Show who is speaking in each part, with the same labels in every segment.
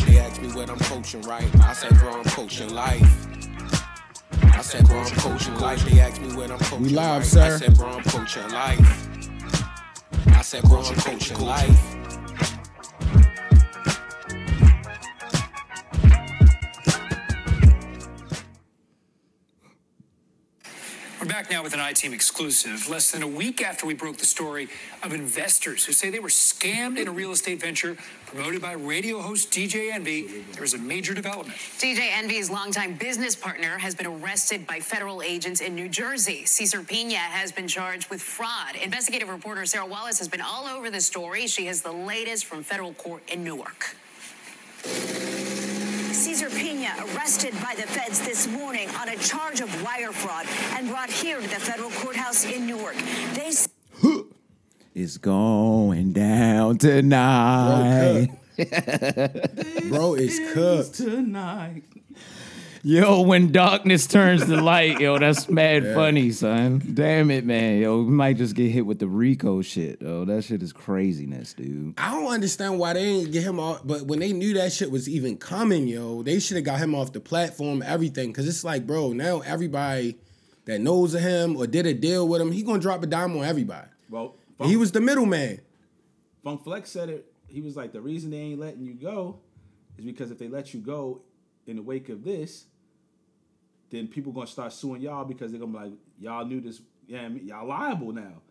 Speaker 1: ask me what I'm coaching, right? I said, bro, I'm coaching life. I said, bro, I'm coaching life. They asked me what I'm coaching.
Speaker 2: We live,
Speaker 1: right?
Speaker 2: sir.
Speaker 1: I said, bro, I'm coaching life. I said, bro, I'm coaching life.
Speaker 3: We're back now with an iTeam exclusive. Less than a week after we broke the story of investors who say they were scammed in a real estate venture promoted by radio host DJ Envy, there is a major development.
Speaker 4: DJ Envy's longtime business partner has been arrested by federal agents in New Jersey. Cesar Pena has been charged with fraud. Investigative reporter Sarah Wallace has been all over the story. She has the latest from federal court in Newark.
Speaker 5: Cesar Pena arrested by the feds this morning on a charge of wire fraud and brought here to the federal courthouse in Newark. They
Speaker 6: It's going down tonight.
Speaker 2: Bro is cooked.
Speaker 7: Tonight.
Speaker 6: Yo, when darkness turns to light, yo, that's mad funny, son. Damn it, man. Yo, we might just get hit with the Rico shit. Oh, that shit is craziness, dude.
Speaker 2: I don't understand why they didn't get him off. But when they knew that shit was even coming, yo, they should have got him off the platform, everything. Cause it's like, bro, now everybody that knows of him or did a deal with him, he gonna drop a dime on everybody.
Speaker 7: Well,
Speaker 2: And he was the middleman.
Speaker 7: Funk Flex said it. He was like, the reason they ain't letting you go is because if they let you go in the wake of this, then people gonna start suing y'all because they're gonna be like, y'all knew this. Yeah, I mean, y'all liable now.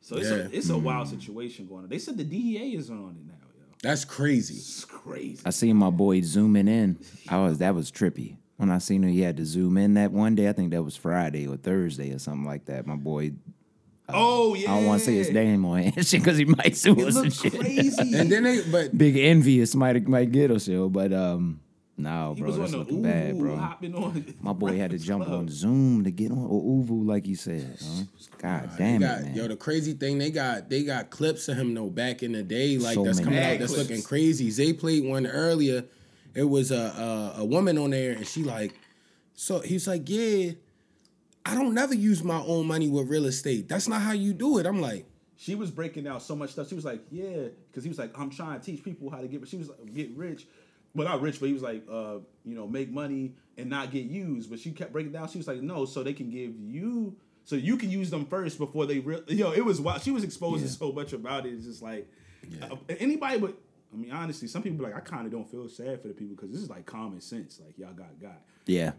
Speaker 7: So it's
Speaker 2: Yeah. Mm-hmm.
Speaker 7: a it's a wild situation going on. They said the DEA is on it now, yo.
Speaker 2: That's crazy.
Speaker 7: It's crazy.
Speaker 6: I seen my boy zooming in. I was that was trippy. When I seen him, he had to zoom in that one day. I think that was Friday or Thursday or something like that. My boy,
Speaker 7: oh yeah.
Speaker 6: I don't want to say his name or shit because he might sue
Speaker 7: It
Speaker 6: us and
Speaker 7: looked
Speaker 6: shit.
Speaker 7: crazy.
Speaker 2: And then they, but
Speaker 6: Big envious might might get us, yo. But um, no,
Speaker 7: he
Speaker 6: bro,
Speaker 7: was
Speaker 6: that's
Speaker 7: on the
Speaker 6: looking
Speaker 7: ooh,
Speaker 6: bad, bro.
Speaker 7: hopping on.
Speaker 6: My boy had to
Speaker 7: Breakfast
Speaker 6: jump
Speaker 7: Club.
Speaker 6: on Zoom to get on or Uvu, like you said. Huh? God
Speaker 2: they
Speaker 6: damn it,
Speaker 2: got
Speaker 6: man.
Speaker 2: yo, the crazy thing they got they got clips of him though back in the day, like
Speaker 6: So
Speaker 2: that's
Speaker 6: many
Speaker 2: coming out,
Speaker 7: clips.
Speaker 2: that's looking crazy. Zay played one earlier. It was a, a a woman on there, and she like, so he's like, yeah, I don't never use my own money with real estate. That's not how you do it. I'm like,
Speaker 7: she was breaking down so much stuff. She was like, "Yeah," because he was like, "I'm trying to teach people how to get." She was like, "Get rich," well, not rich, but he was like, uh, "You know, make money and not get used." But she kept breaking down. She was like, "No," so they can give you, so you can use them first before they. Re- Yo, it was wild. She was exposing so much about it. It's just like uh, anybody would. I mean, honestly, some people be like I kind of don't feel sad for the people because this is like common sense. Like y'all got got.
Speaker 6: yeah.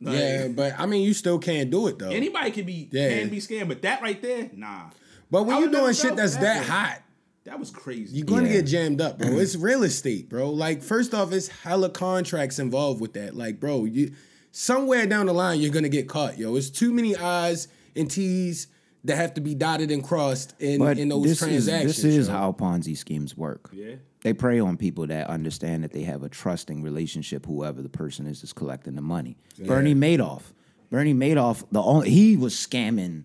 Speaker 7: Like,
Speaker 2: yeah, but I mean, you still can't do it though.
Speaker 7: Anybody can be
Speaker 2: Yeah.
Speaker 7: can be scammed, but that right there, nah.
Speaker 2: but when
Speaker 7: I
Speaker 2: you're
Speaker 7: would never
Speaker 2: doing shit
Speaker 7: go
Speaker 2: that's that
Speaker 7: way.
Speaker 2: hot,
Speaker 7: That was crazy.
Speaker 2: You're gonna
Speaker 6: Yeah.
Speaker 2: get jammed up, bro. It's real estate, bro. Like, first off, it's hella contracts involved with that. Like, bro, you somewhere down the line you're gonna get caught, yo. It's too many I's and T's that have to be dotted and crossed in,
Speaker 6: But
Speaker 2: in those
Speaker 6: this is
Speaker 2: transactions.
Speaker 6: this is
Speaker 2: yo.
Speaker 6: how Ponzi schemes work.
Speaker 7: Yeah.
Speaker 6: They prey on people that understand that they have a trusting relationship, whoever the person is that's collecting the money. Bernie Madoff. Bernie Madoff, the only he was scamming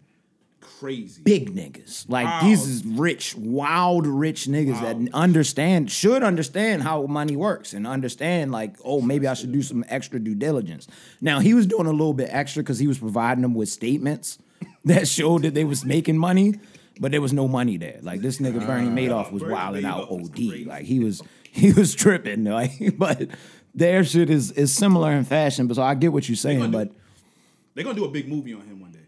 Speaker 7: crazy.
Speaker 6: big niggas. Like these is rich, wild rich niggas that understand should understand how money works and understand like, oh, maybe I should do some extra due diligence. Now he was doing a little bit extra because he was providing them with statements that showed that they was making money, but there was no money there. Like this nigga Bernie Madoff was
Speaker 7: Bernie
Speaker 6: wilding out
Speaker 7: Ah, Madoff was
Speaker 6: OD.
Speaker 7: crazy.
Speaker 6: Like he was he was tripping. Like, but their shit is is similar in fashion. But so I get what you're saying,
Speaker 7: gonna
Speaker 6: but
Speaker 7: do- They're gonna do a big movie on him one day.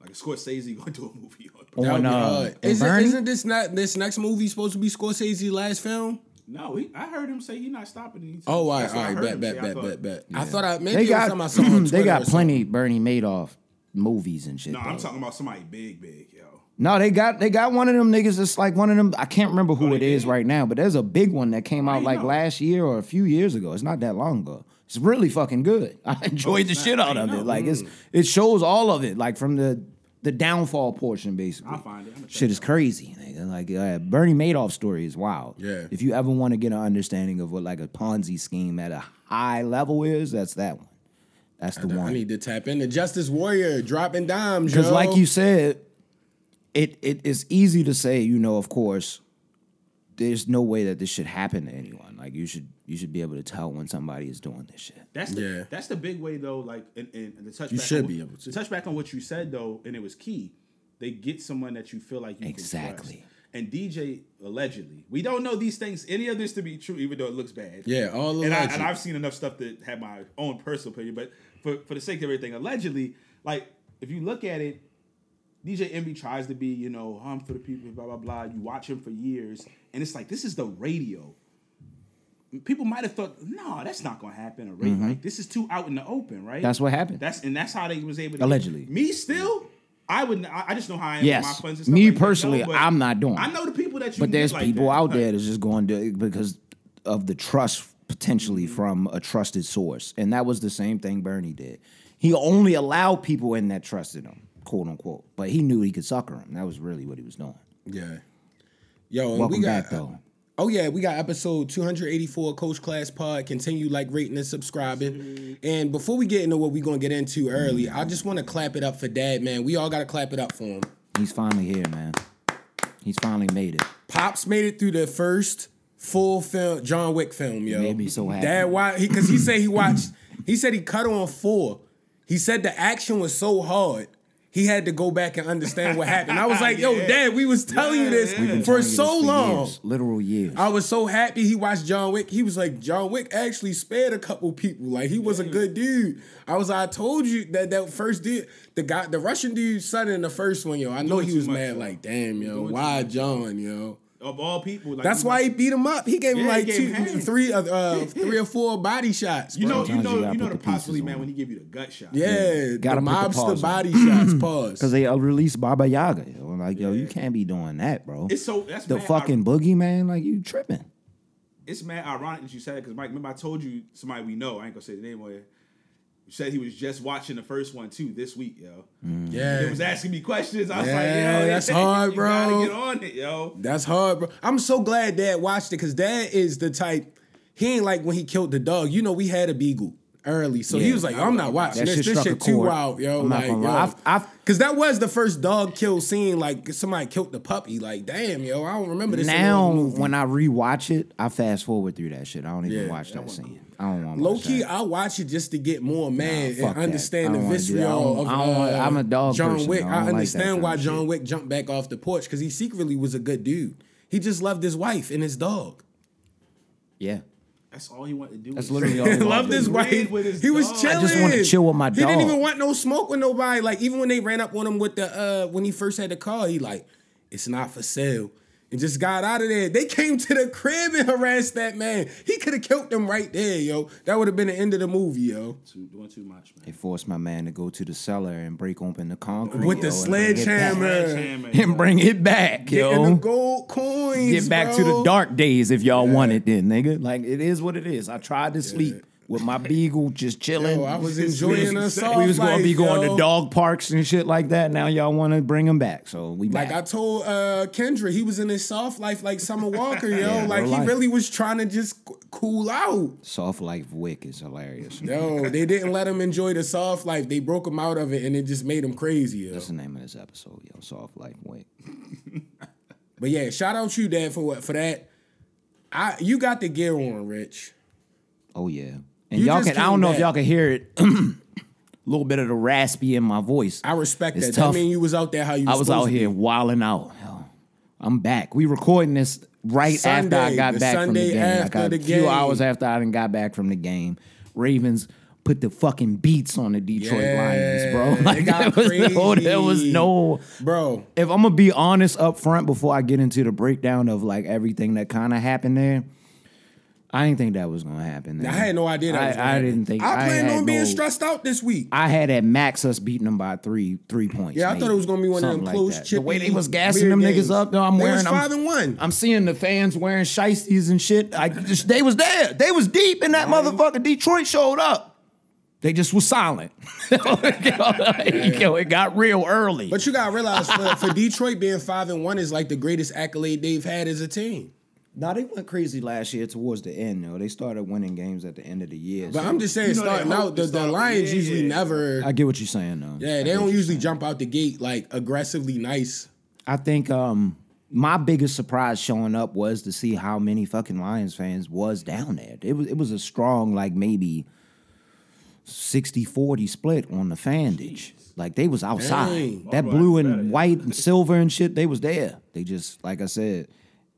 Speaker 7: Like a Scorsese gonna do a movie on him.
Speaker 2: That would
Speaker 6: on
Speaker 2: be
Speaker 6: uh,
Speaker 2: hard.
Speaker 6: and
Speaker 2: isn't,
Speaker 6: Bernie,
Speaker 2: isn't this not this next movie supposed to be Scorsese's last film?
Speaker 7: No, he, I heard him say he's not stopping. He's,
Speaker 2: Oh, all right,
Speaker 7: that's
Speaker 2: all
Speaker 7: what I
Speaker 2: right,
Speaker 7: heard
Speaker 2: bet,
Speaker 7: him
Speaker 2: bet,
Speaker 7: say. I
Speaker 2: bet,
Speaker 7: thought-
Speaker 2: bet, bet. I thought I maybe
Speaker 6: they
Speaker 2: it was
Speaker 6: got
Speaker 2: something I saw on
Speaker 6: they
Speaker 2: Twitter
Speaker 6: got
Speaker 2: or something.
Speaker 6: plenty Bernie Madoff movies and shit.
Speaker 7: No, I'm
Speaker 6: though.
Speaker 7: talking about somebody big, big, yo.
Speaker 6: no, they got they got one of them niggas that's like one of them. I can't remember who it
Speaker 7: Oh, they
Speaker 6: is
Speaker 7: did?
Speaker 6: right now, but there's a big one that came out
Speaker 7: you
Speaker 6: like
Speaker 7: know?
Speaker 6: last year or a few years ago. It's not that long ago. It's really fucking good. I enjoyed the
Speaker 7: Oh, it's not.
Speaker 6: shit out
Speaker 7: I
Speaker 6: of
Speaker 7: know. Hmm.
Speaker 6: it. Like it's it shows all of it, like from the the downfall portion basically.
Speaker 7: I'll find it. I'ma check
Speaker 6: Shit
Speaker 7: it
Speaker 6: is
Speaker 7: out.
Speaker 6: crazy. Nigga. Like uh, Bernie Madoff story is wild.
Speaker 2: Yeah.
Speaker 6: If you ever want to get an understanding of what like a Ponzi scheme at a high level is, that's that one. That's the one.
Speaker 2: I need to tap into Justice Warrior dropping dimes,
Speaker 6: Because,
Speaker 2: yo.
Speaker 6: like you said, it it is easy to say, you know, of course, there's no way that this should happen to anyone. Like you should you should be able to tell when somebody is doing this shit.
Speaker 7: That's the,
Speaker 2: Yeah.
Speaker 7: that's the big way though. Like and, and and the touchback.
Speaker 2: You should
Speaker 7: on,
Speaker 2: be able to.
Speaker 7: The touchback on what you said though, and it was key. They get someone that you feel like you
Speaker 6: Exactly.
Speaker 7: Can trust. And DJ allegedly, we don't know these things, any of this to be true, even though it looks bad.
Speaker 2: Yeah, all
Speaker 7: and, I,
Speaker 2: alleged.
Speaker 7: and I've seen enough stuff to have my own personal opinion, but for, for the sake of everything, allegedly, like if you look at it, DJ Envy tries to be, you know, harm for the people, blah blah blah. You watch him for years, and it's like this is the radio. People might have thought, no, that's not gonna happen. Or like this is too out in the open, right?
Speaker 6: Mm-hmm. That's what happened.
Speaker 7: That's and that's how they was able to
Speaker 6: Allegedly.
Speaker 7: Me still, I wouldn't. I I just know how I am. with my
Speaker 6: Yes,
Speaker 7: funds and stuff
Speaker 6: me
Speaker 7: like that, yo,
Speaker 6: personally,
Speaker 7: but
Speaker 6: I'm not doing. it.
Speaker 7: I know the people that you.
Speaker 6: But
Speaker 7: get
Speaker 6: there's
Speaker 7: like
Speaker 6: people
Speaker 7: that.
Speaker 6: out
Speaker 7: Like,
Speaker 6: there that's just going to because of the trust potentially from a trusted source, and that was the same thing Bernie did. He only allowed people in that trusted him, quote unquote. But he knew he could sucker him. That was really what he was doing.
Speaker 2: yeah. Yo, and
Speaker 6: Welcome
Speaker 2: we got
Speaker 6: back though.
Speaker 2: Oh yeah, we got episode 284 Coach Class Pod. Continue like rating and subscribing. And before we get into what we're gonna get into early, I just wanna clap it up for dad, man. We all gotta clap it up for him.
Speaker 6: He's finally here, man. He's finally made it.
Speaker 2: Pops made it through the first full film John Wick film, yo.
Speaker 6: Made me so happy.
Speaker 2: Dad why he cause he said he watched he said he cut on four. He said the action was so hard. He had to go back and understand what happened. I was like, yo, dad, we was telling you this for
Speaker 6: Telling you
Speaker 2: so
Speaker 6: this for
Speaker 2: long.
Speaker 6: years, literal years.
Speaker 2: I was so happy he watched John Wick. He was like, John Wick actually spared a couple people. Like he was a good dude. I was like, I told you that that first dude, the guy, the Russian dude's son in the first one, yo. I know
Speaker 7: doing
Speaker 2: he
Speaker 7: too
Speaker 2: was
Speaker 7: much,
Speaker 2: mad.
Speaker 7: yo.
Speaker 2: Like, damn, yo,
Speaker 7: doing too
Speaker 2: why
Speaker 7: much,
Speaker 2: John, yo?
Speaker 7: of all people, like,
Speaker 2: That's
Speaker 7: you
Speaker 2: why
Speaker 7: know-
Speaker 2: he beat him up. He gave him
Speaker 7: Yeah,
Speaker 2: like
Speaker 7: he
Speaker 2: two,
Speaker 7: gave him hands.
Speaker 2: three, of, uh, three or four body shots.
Speaker 7: You know,
Speaker 2: bro.
Speaker 7: you
Speaker 6: Sometimes you
Speaker 7: know,
Speaker 6: gotta
Speaker 7: you know
Speaker 6: put
Speaker 7: the
Speaker 6: the pieces
Speaker 7: possibility, man,
Speaker 6: on.
Speaker 7: when he give you the gut shot.
Speaker 2: yeah,
Speaker 6: Gotta
Speaker 2: the
Speaker 6: put the
Speaker 2: mobster
Speaker 6: pause on.
Speaker 2: body shots. Pause.
Speaker 6: Cause they uh, released Baba Yaga. yo. I'm like, yo, you can't be doing that, bro.
Speaker 7: It's so- that's
Speaker 6: the
Speaker 7: mad.
Speaker 6: fucking boogeyman. Like you tripping.
Speaker 7: it's mad ironic that you said it because Mike, remember I told you somebody we know. I ain't gonna say the name on it. You said he was just watching the first one too this week, yo.
Speaker 2: Yeah,
Speaker 7: It was asking me questions. I was
Speaker 2: Mm-hmm. Yeah,
Speaker 7: like, yo,
Speaker 2: that's hard,
Speaker 7: you
Speaker 2: bro.
Speaker 7: Gotta get on it, yo.
Speaker 2: That's hard, bro. I'm so glad Dad watched it because Dad is the type. He ain't like when he killed the dog. You know, we had a beagle early, so he
Speaker 6: Yeah.
Speaker 2: was like, "I'm not watching
Speaker 6: That
Speaker 2: this.
Speaker 6: shit
Speaker 2: This
Speaker 6: struck a
Speaker 2: shit too
Speaker 6: chord.
Speaker 2: wild, yo."
Speaker 6: I'm not
Speaker 2: like,
Speaker 6: gonna lie. I've-
Speaker 2: yo,
Speaker 6: I've-
Speaker 2: because that was the first dog kill scene. Like somebody killed the puppy. Like, damn, yo, I don't remember this. in the
Speaker 6: now
Speaker 2: movie.
Speaker 6: when I rewatch it, I fast forward through that shit. I don't even
Speaker 2: Yeah.
Speaker 6: watch that scene. I don't want
Speaker 2: Low key, I watch it just to get more mad
Speaker 6: fuck
Speaker 2: and
Speaker 6: that.
Speaker 2: understand
Speaker 6: I
Speaker 2: the
Speaker 6: don't wanna do that. I
Speaker 2: visceral of.
Speaker 6: don't- I don't wanna-
Speaker 2: uh,
Speaker 6: I'm a dog
Speaker 2: John
Speaker 6: person.
Speaker 2: Wick.
Speaker 6: I don't
Speaker 2: I,
Speaker 6: like that
Speaker 2: understand
Speaker 6: kinda
Speaker 2: why John
Speaker 6: shit.
Speaker 2: Wick jumped back off the porch because he secretly was a good dude. He just loved his wife and his dog.
Speaker 6: Yeah,
Speaker 7: That's all he wanted to do.
Speaker 6: That's
Speaker 7: was-
Speaker 6: literally all he wanted to
Speaker 2: loved
Speaker 6: do.
Speaker 2: his
Speaker 7: Red
Speaker 2: wife.
Speaker 7: with his
Speaker 2: he was
Speaker 7: dog.
Speaker 2: chilling.
Speaker 6: I just wanted to chill with my
Speaker 2: He didn't
Speaker 6: dog.
Speaker 2: even want no smoke with nobody. Like even when they ran up on him with the uh when he first had the car, he like, it's not for sale. And just got out of there. They came to the crib and harassed that man. He could have killed them right there, yo. That would have been the end of the movie, yo.
Speaker 7: Too- doing too much, man.
Speaker 6: they forced my man to go to the cellar and break open the concrete
Speaker 2: With the
Speaker 6: yo, and bring it
Speaker 2: sledgehammer.
Speaker 6: back.
Speaker 7: Sledgehammer, yo.
Speaker 6: and bring it back,
Speaker 2: Getting them
Speaker 6: yo.
Speaker 2: gold coins.
Speaker 6: Get back to the
Speaker 2: bro.
Speaker 6: dark days if y'all want it, then nigga. Like it is what it is. I tried to sleep with my beagle, just chilling.
Speaker 2: Yo, I was enjoying us.
Speaker 6: we was gonna be going to dog parks and shit like that. Now y'all want to bring him back, so we
Speaker 2: Like
Speaker 6: back.
Speaker 2: I told uh Kendra, he was in his soft life like Summer Walker, yo.
Speaker 6: Yeah,
Speaker 2: like
Speaker 6: real
Speaker 2: he
Speaker 6: life.
Speaker 2: really was trying to just c- cool out.
Speaker 6: Soft life wick is hilarious.
Speaker 2: No, they didn't let him enjoy the soft life. They broke him out of it, and it just made him crazy. yo.
Speaker 6: That's the name of this episode, yo. Soft life wick.
Speaker 2: But yeah, shout out you, Dad, for what for that. I you got the gear on, Rich.
Speaker 6: Oh yeah. And
Speaker 2: You
Speaker 6: y'all
Speaker 2: just
Speaker 6: can I
Speaker 2: came
Speaker 6: don't know
Speaker 2: back.
Speaker 6: if y'all can hear it. A little bit of the raspy in my voice.
Speaker 2: I respect
Speaker 6: It's
Speaker 2: that.
Speaker 6: tough.
Speaker 2: I mean, you was out there how you.
Speaker 6: I was
Speaker 2: supposed
Speaker 6: out
Speaker 2: to
Speaker 6: here
Speaker 2: be.
Speaker 6: wilding out. Yo, I'm back. We recording this right after
Speaker 2: Sunday,
Speaker 6: I got
Speaker 2: the
Speaker 6: back
Speaker 2: Sunday
Speaker 6: from the game. I
Speaker 2: after
Speaker 6: got
Speaker 2: the
Speaker 6: a few
Speaker 2: game.
Speaker 6: hours after I done got back from the game. Ravens put the fucking beats on the Detroit
Speaker 2: Yeah,
Speaker 6: Lions,
Speaker 2: it
Speaker 6: bro. Like
Speaker 2: got
Speaker 6: there was no, there was
Speaker 2: crazy.
Speaker 6: no
Speaker 2: bro.
Speaker 6: if I'm gonna be honest up front before I get into the breakdown of like everything that kind of happened there, I didn't think that was gonna happen. There.
Speaker 2: I had no idea. That
Speaker 6: I,
Speaker 2: was gonna
Speaker 6: I
Speaker 2: happen.
Speaker 6: didn't think.
Speaker 2: I planned
Speaker 6: had
Speaker 2: on being
Speaker 6: no-
Speaker 2: stressed out this week.
Speaker 6: I had at max us beating them by three three points.
Speaker 2: Yeah, I
Speaker 6: maybe.
Speaker 2: thought it was gonna be one of them
Speaker 6: Something like
Speaker 2: close
Speaker 6: that. The way
Speaker 2: chippy,
Speaker 6: they was gassing
Speaker 2: weird
Speaker 6: them
Speaker 2: games.
Speaker 6: niggas up, though, I'm
Speaker 2: They was
Speaker 6: wearing. I'm-
Speaker 2: five and one.
Speaker 6: I'm seeing the fans wearing shiesties and shit. Like just- they was there. They was deep, and that motherfucker Detroit showed up. They just was silent. Yo, it got real early.
Speaker 2: but you gotta realize for, for Detroit being five and one is like the greatest accolade they've had as a team.
Speaker 6: No, they went crazy last year towards the end, though. They started winning games at the end of the year.
Speaker 2: But
Speaker 6: so-
Speaker 2: I'm just saying,
Speaker 7: You know, they
Speaker 2: starting
Speaker 7: hope
Speaker 2: out,
Speaker 7: to
Speaker 2: the, the
Speaker 7: start-
Speaker 2: Lions
Speaker 7: yeah,
Speaker 2: usually
Speaker 7: yeah.
Speaker 2: never.
Speaker 6: I get what you're saying, though.
Speaker 2: Yeah, they don't usually jump out the gate like aggressively nice.
Speaker 6: I think um, my biggest surprise showing up was to see how many fucking Lions fans was down there. It was it was a strong like maybe 60-40 split on the fandage. Like they was outside.
Speaker 2: Dang.
Speaker 6: That
Speaker 7: Alright,
Speaker 6: blue
Speaker 7: better,
Speaker 6: and
Speaker 7: yeah.
Speaker 6: white and silver and shit, they was there. They just like I said,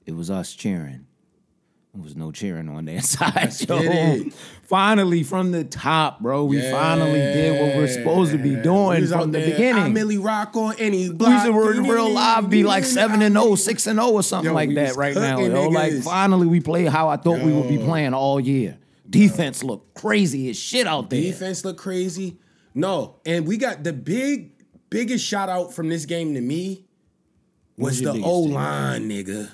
Speaker 6: it was us cheering. There was no cheering on their side.
Speaker 2: get
Speaker 6: yo.
Speaker 2: it.
Speaker 6: Finally, from the top, bro, we finally did what we're supposed to be doing
Speaker 2: was out
Speaker 6: from the
Speaker 2: there, I
Speaker 6: beginning.
Speaker 2: Millie Rock on any
Speaker 6: We
Speaker 2: block.
Speaker 6: used to were real live, be like seven and 0, 6 and 0 or something
Speaker 2: Yo,
Speaker 6: like
Speaker 2: we
Speaker 6: that
Speaker 2: was
Speaker 6: right now.
Speaker 2: cooking
Speaker 6: Yo. Like
Speaker 2: niggas.
Speaker 6: finally, we played how I thought we would be
Speaker 2: Yo.
Speaker 6: playing all year. Defense looked crazy as shit out there.
Speaker 2: Defense look crazy. No, and we got the big, biggest shout out from this game to me was
Speaker 6: your
Speaker 2: the
Speaker 6: biggest Mm.
Speaker 2: O
Speaker 6: thing?
Speaker 2: line, nigga.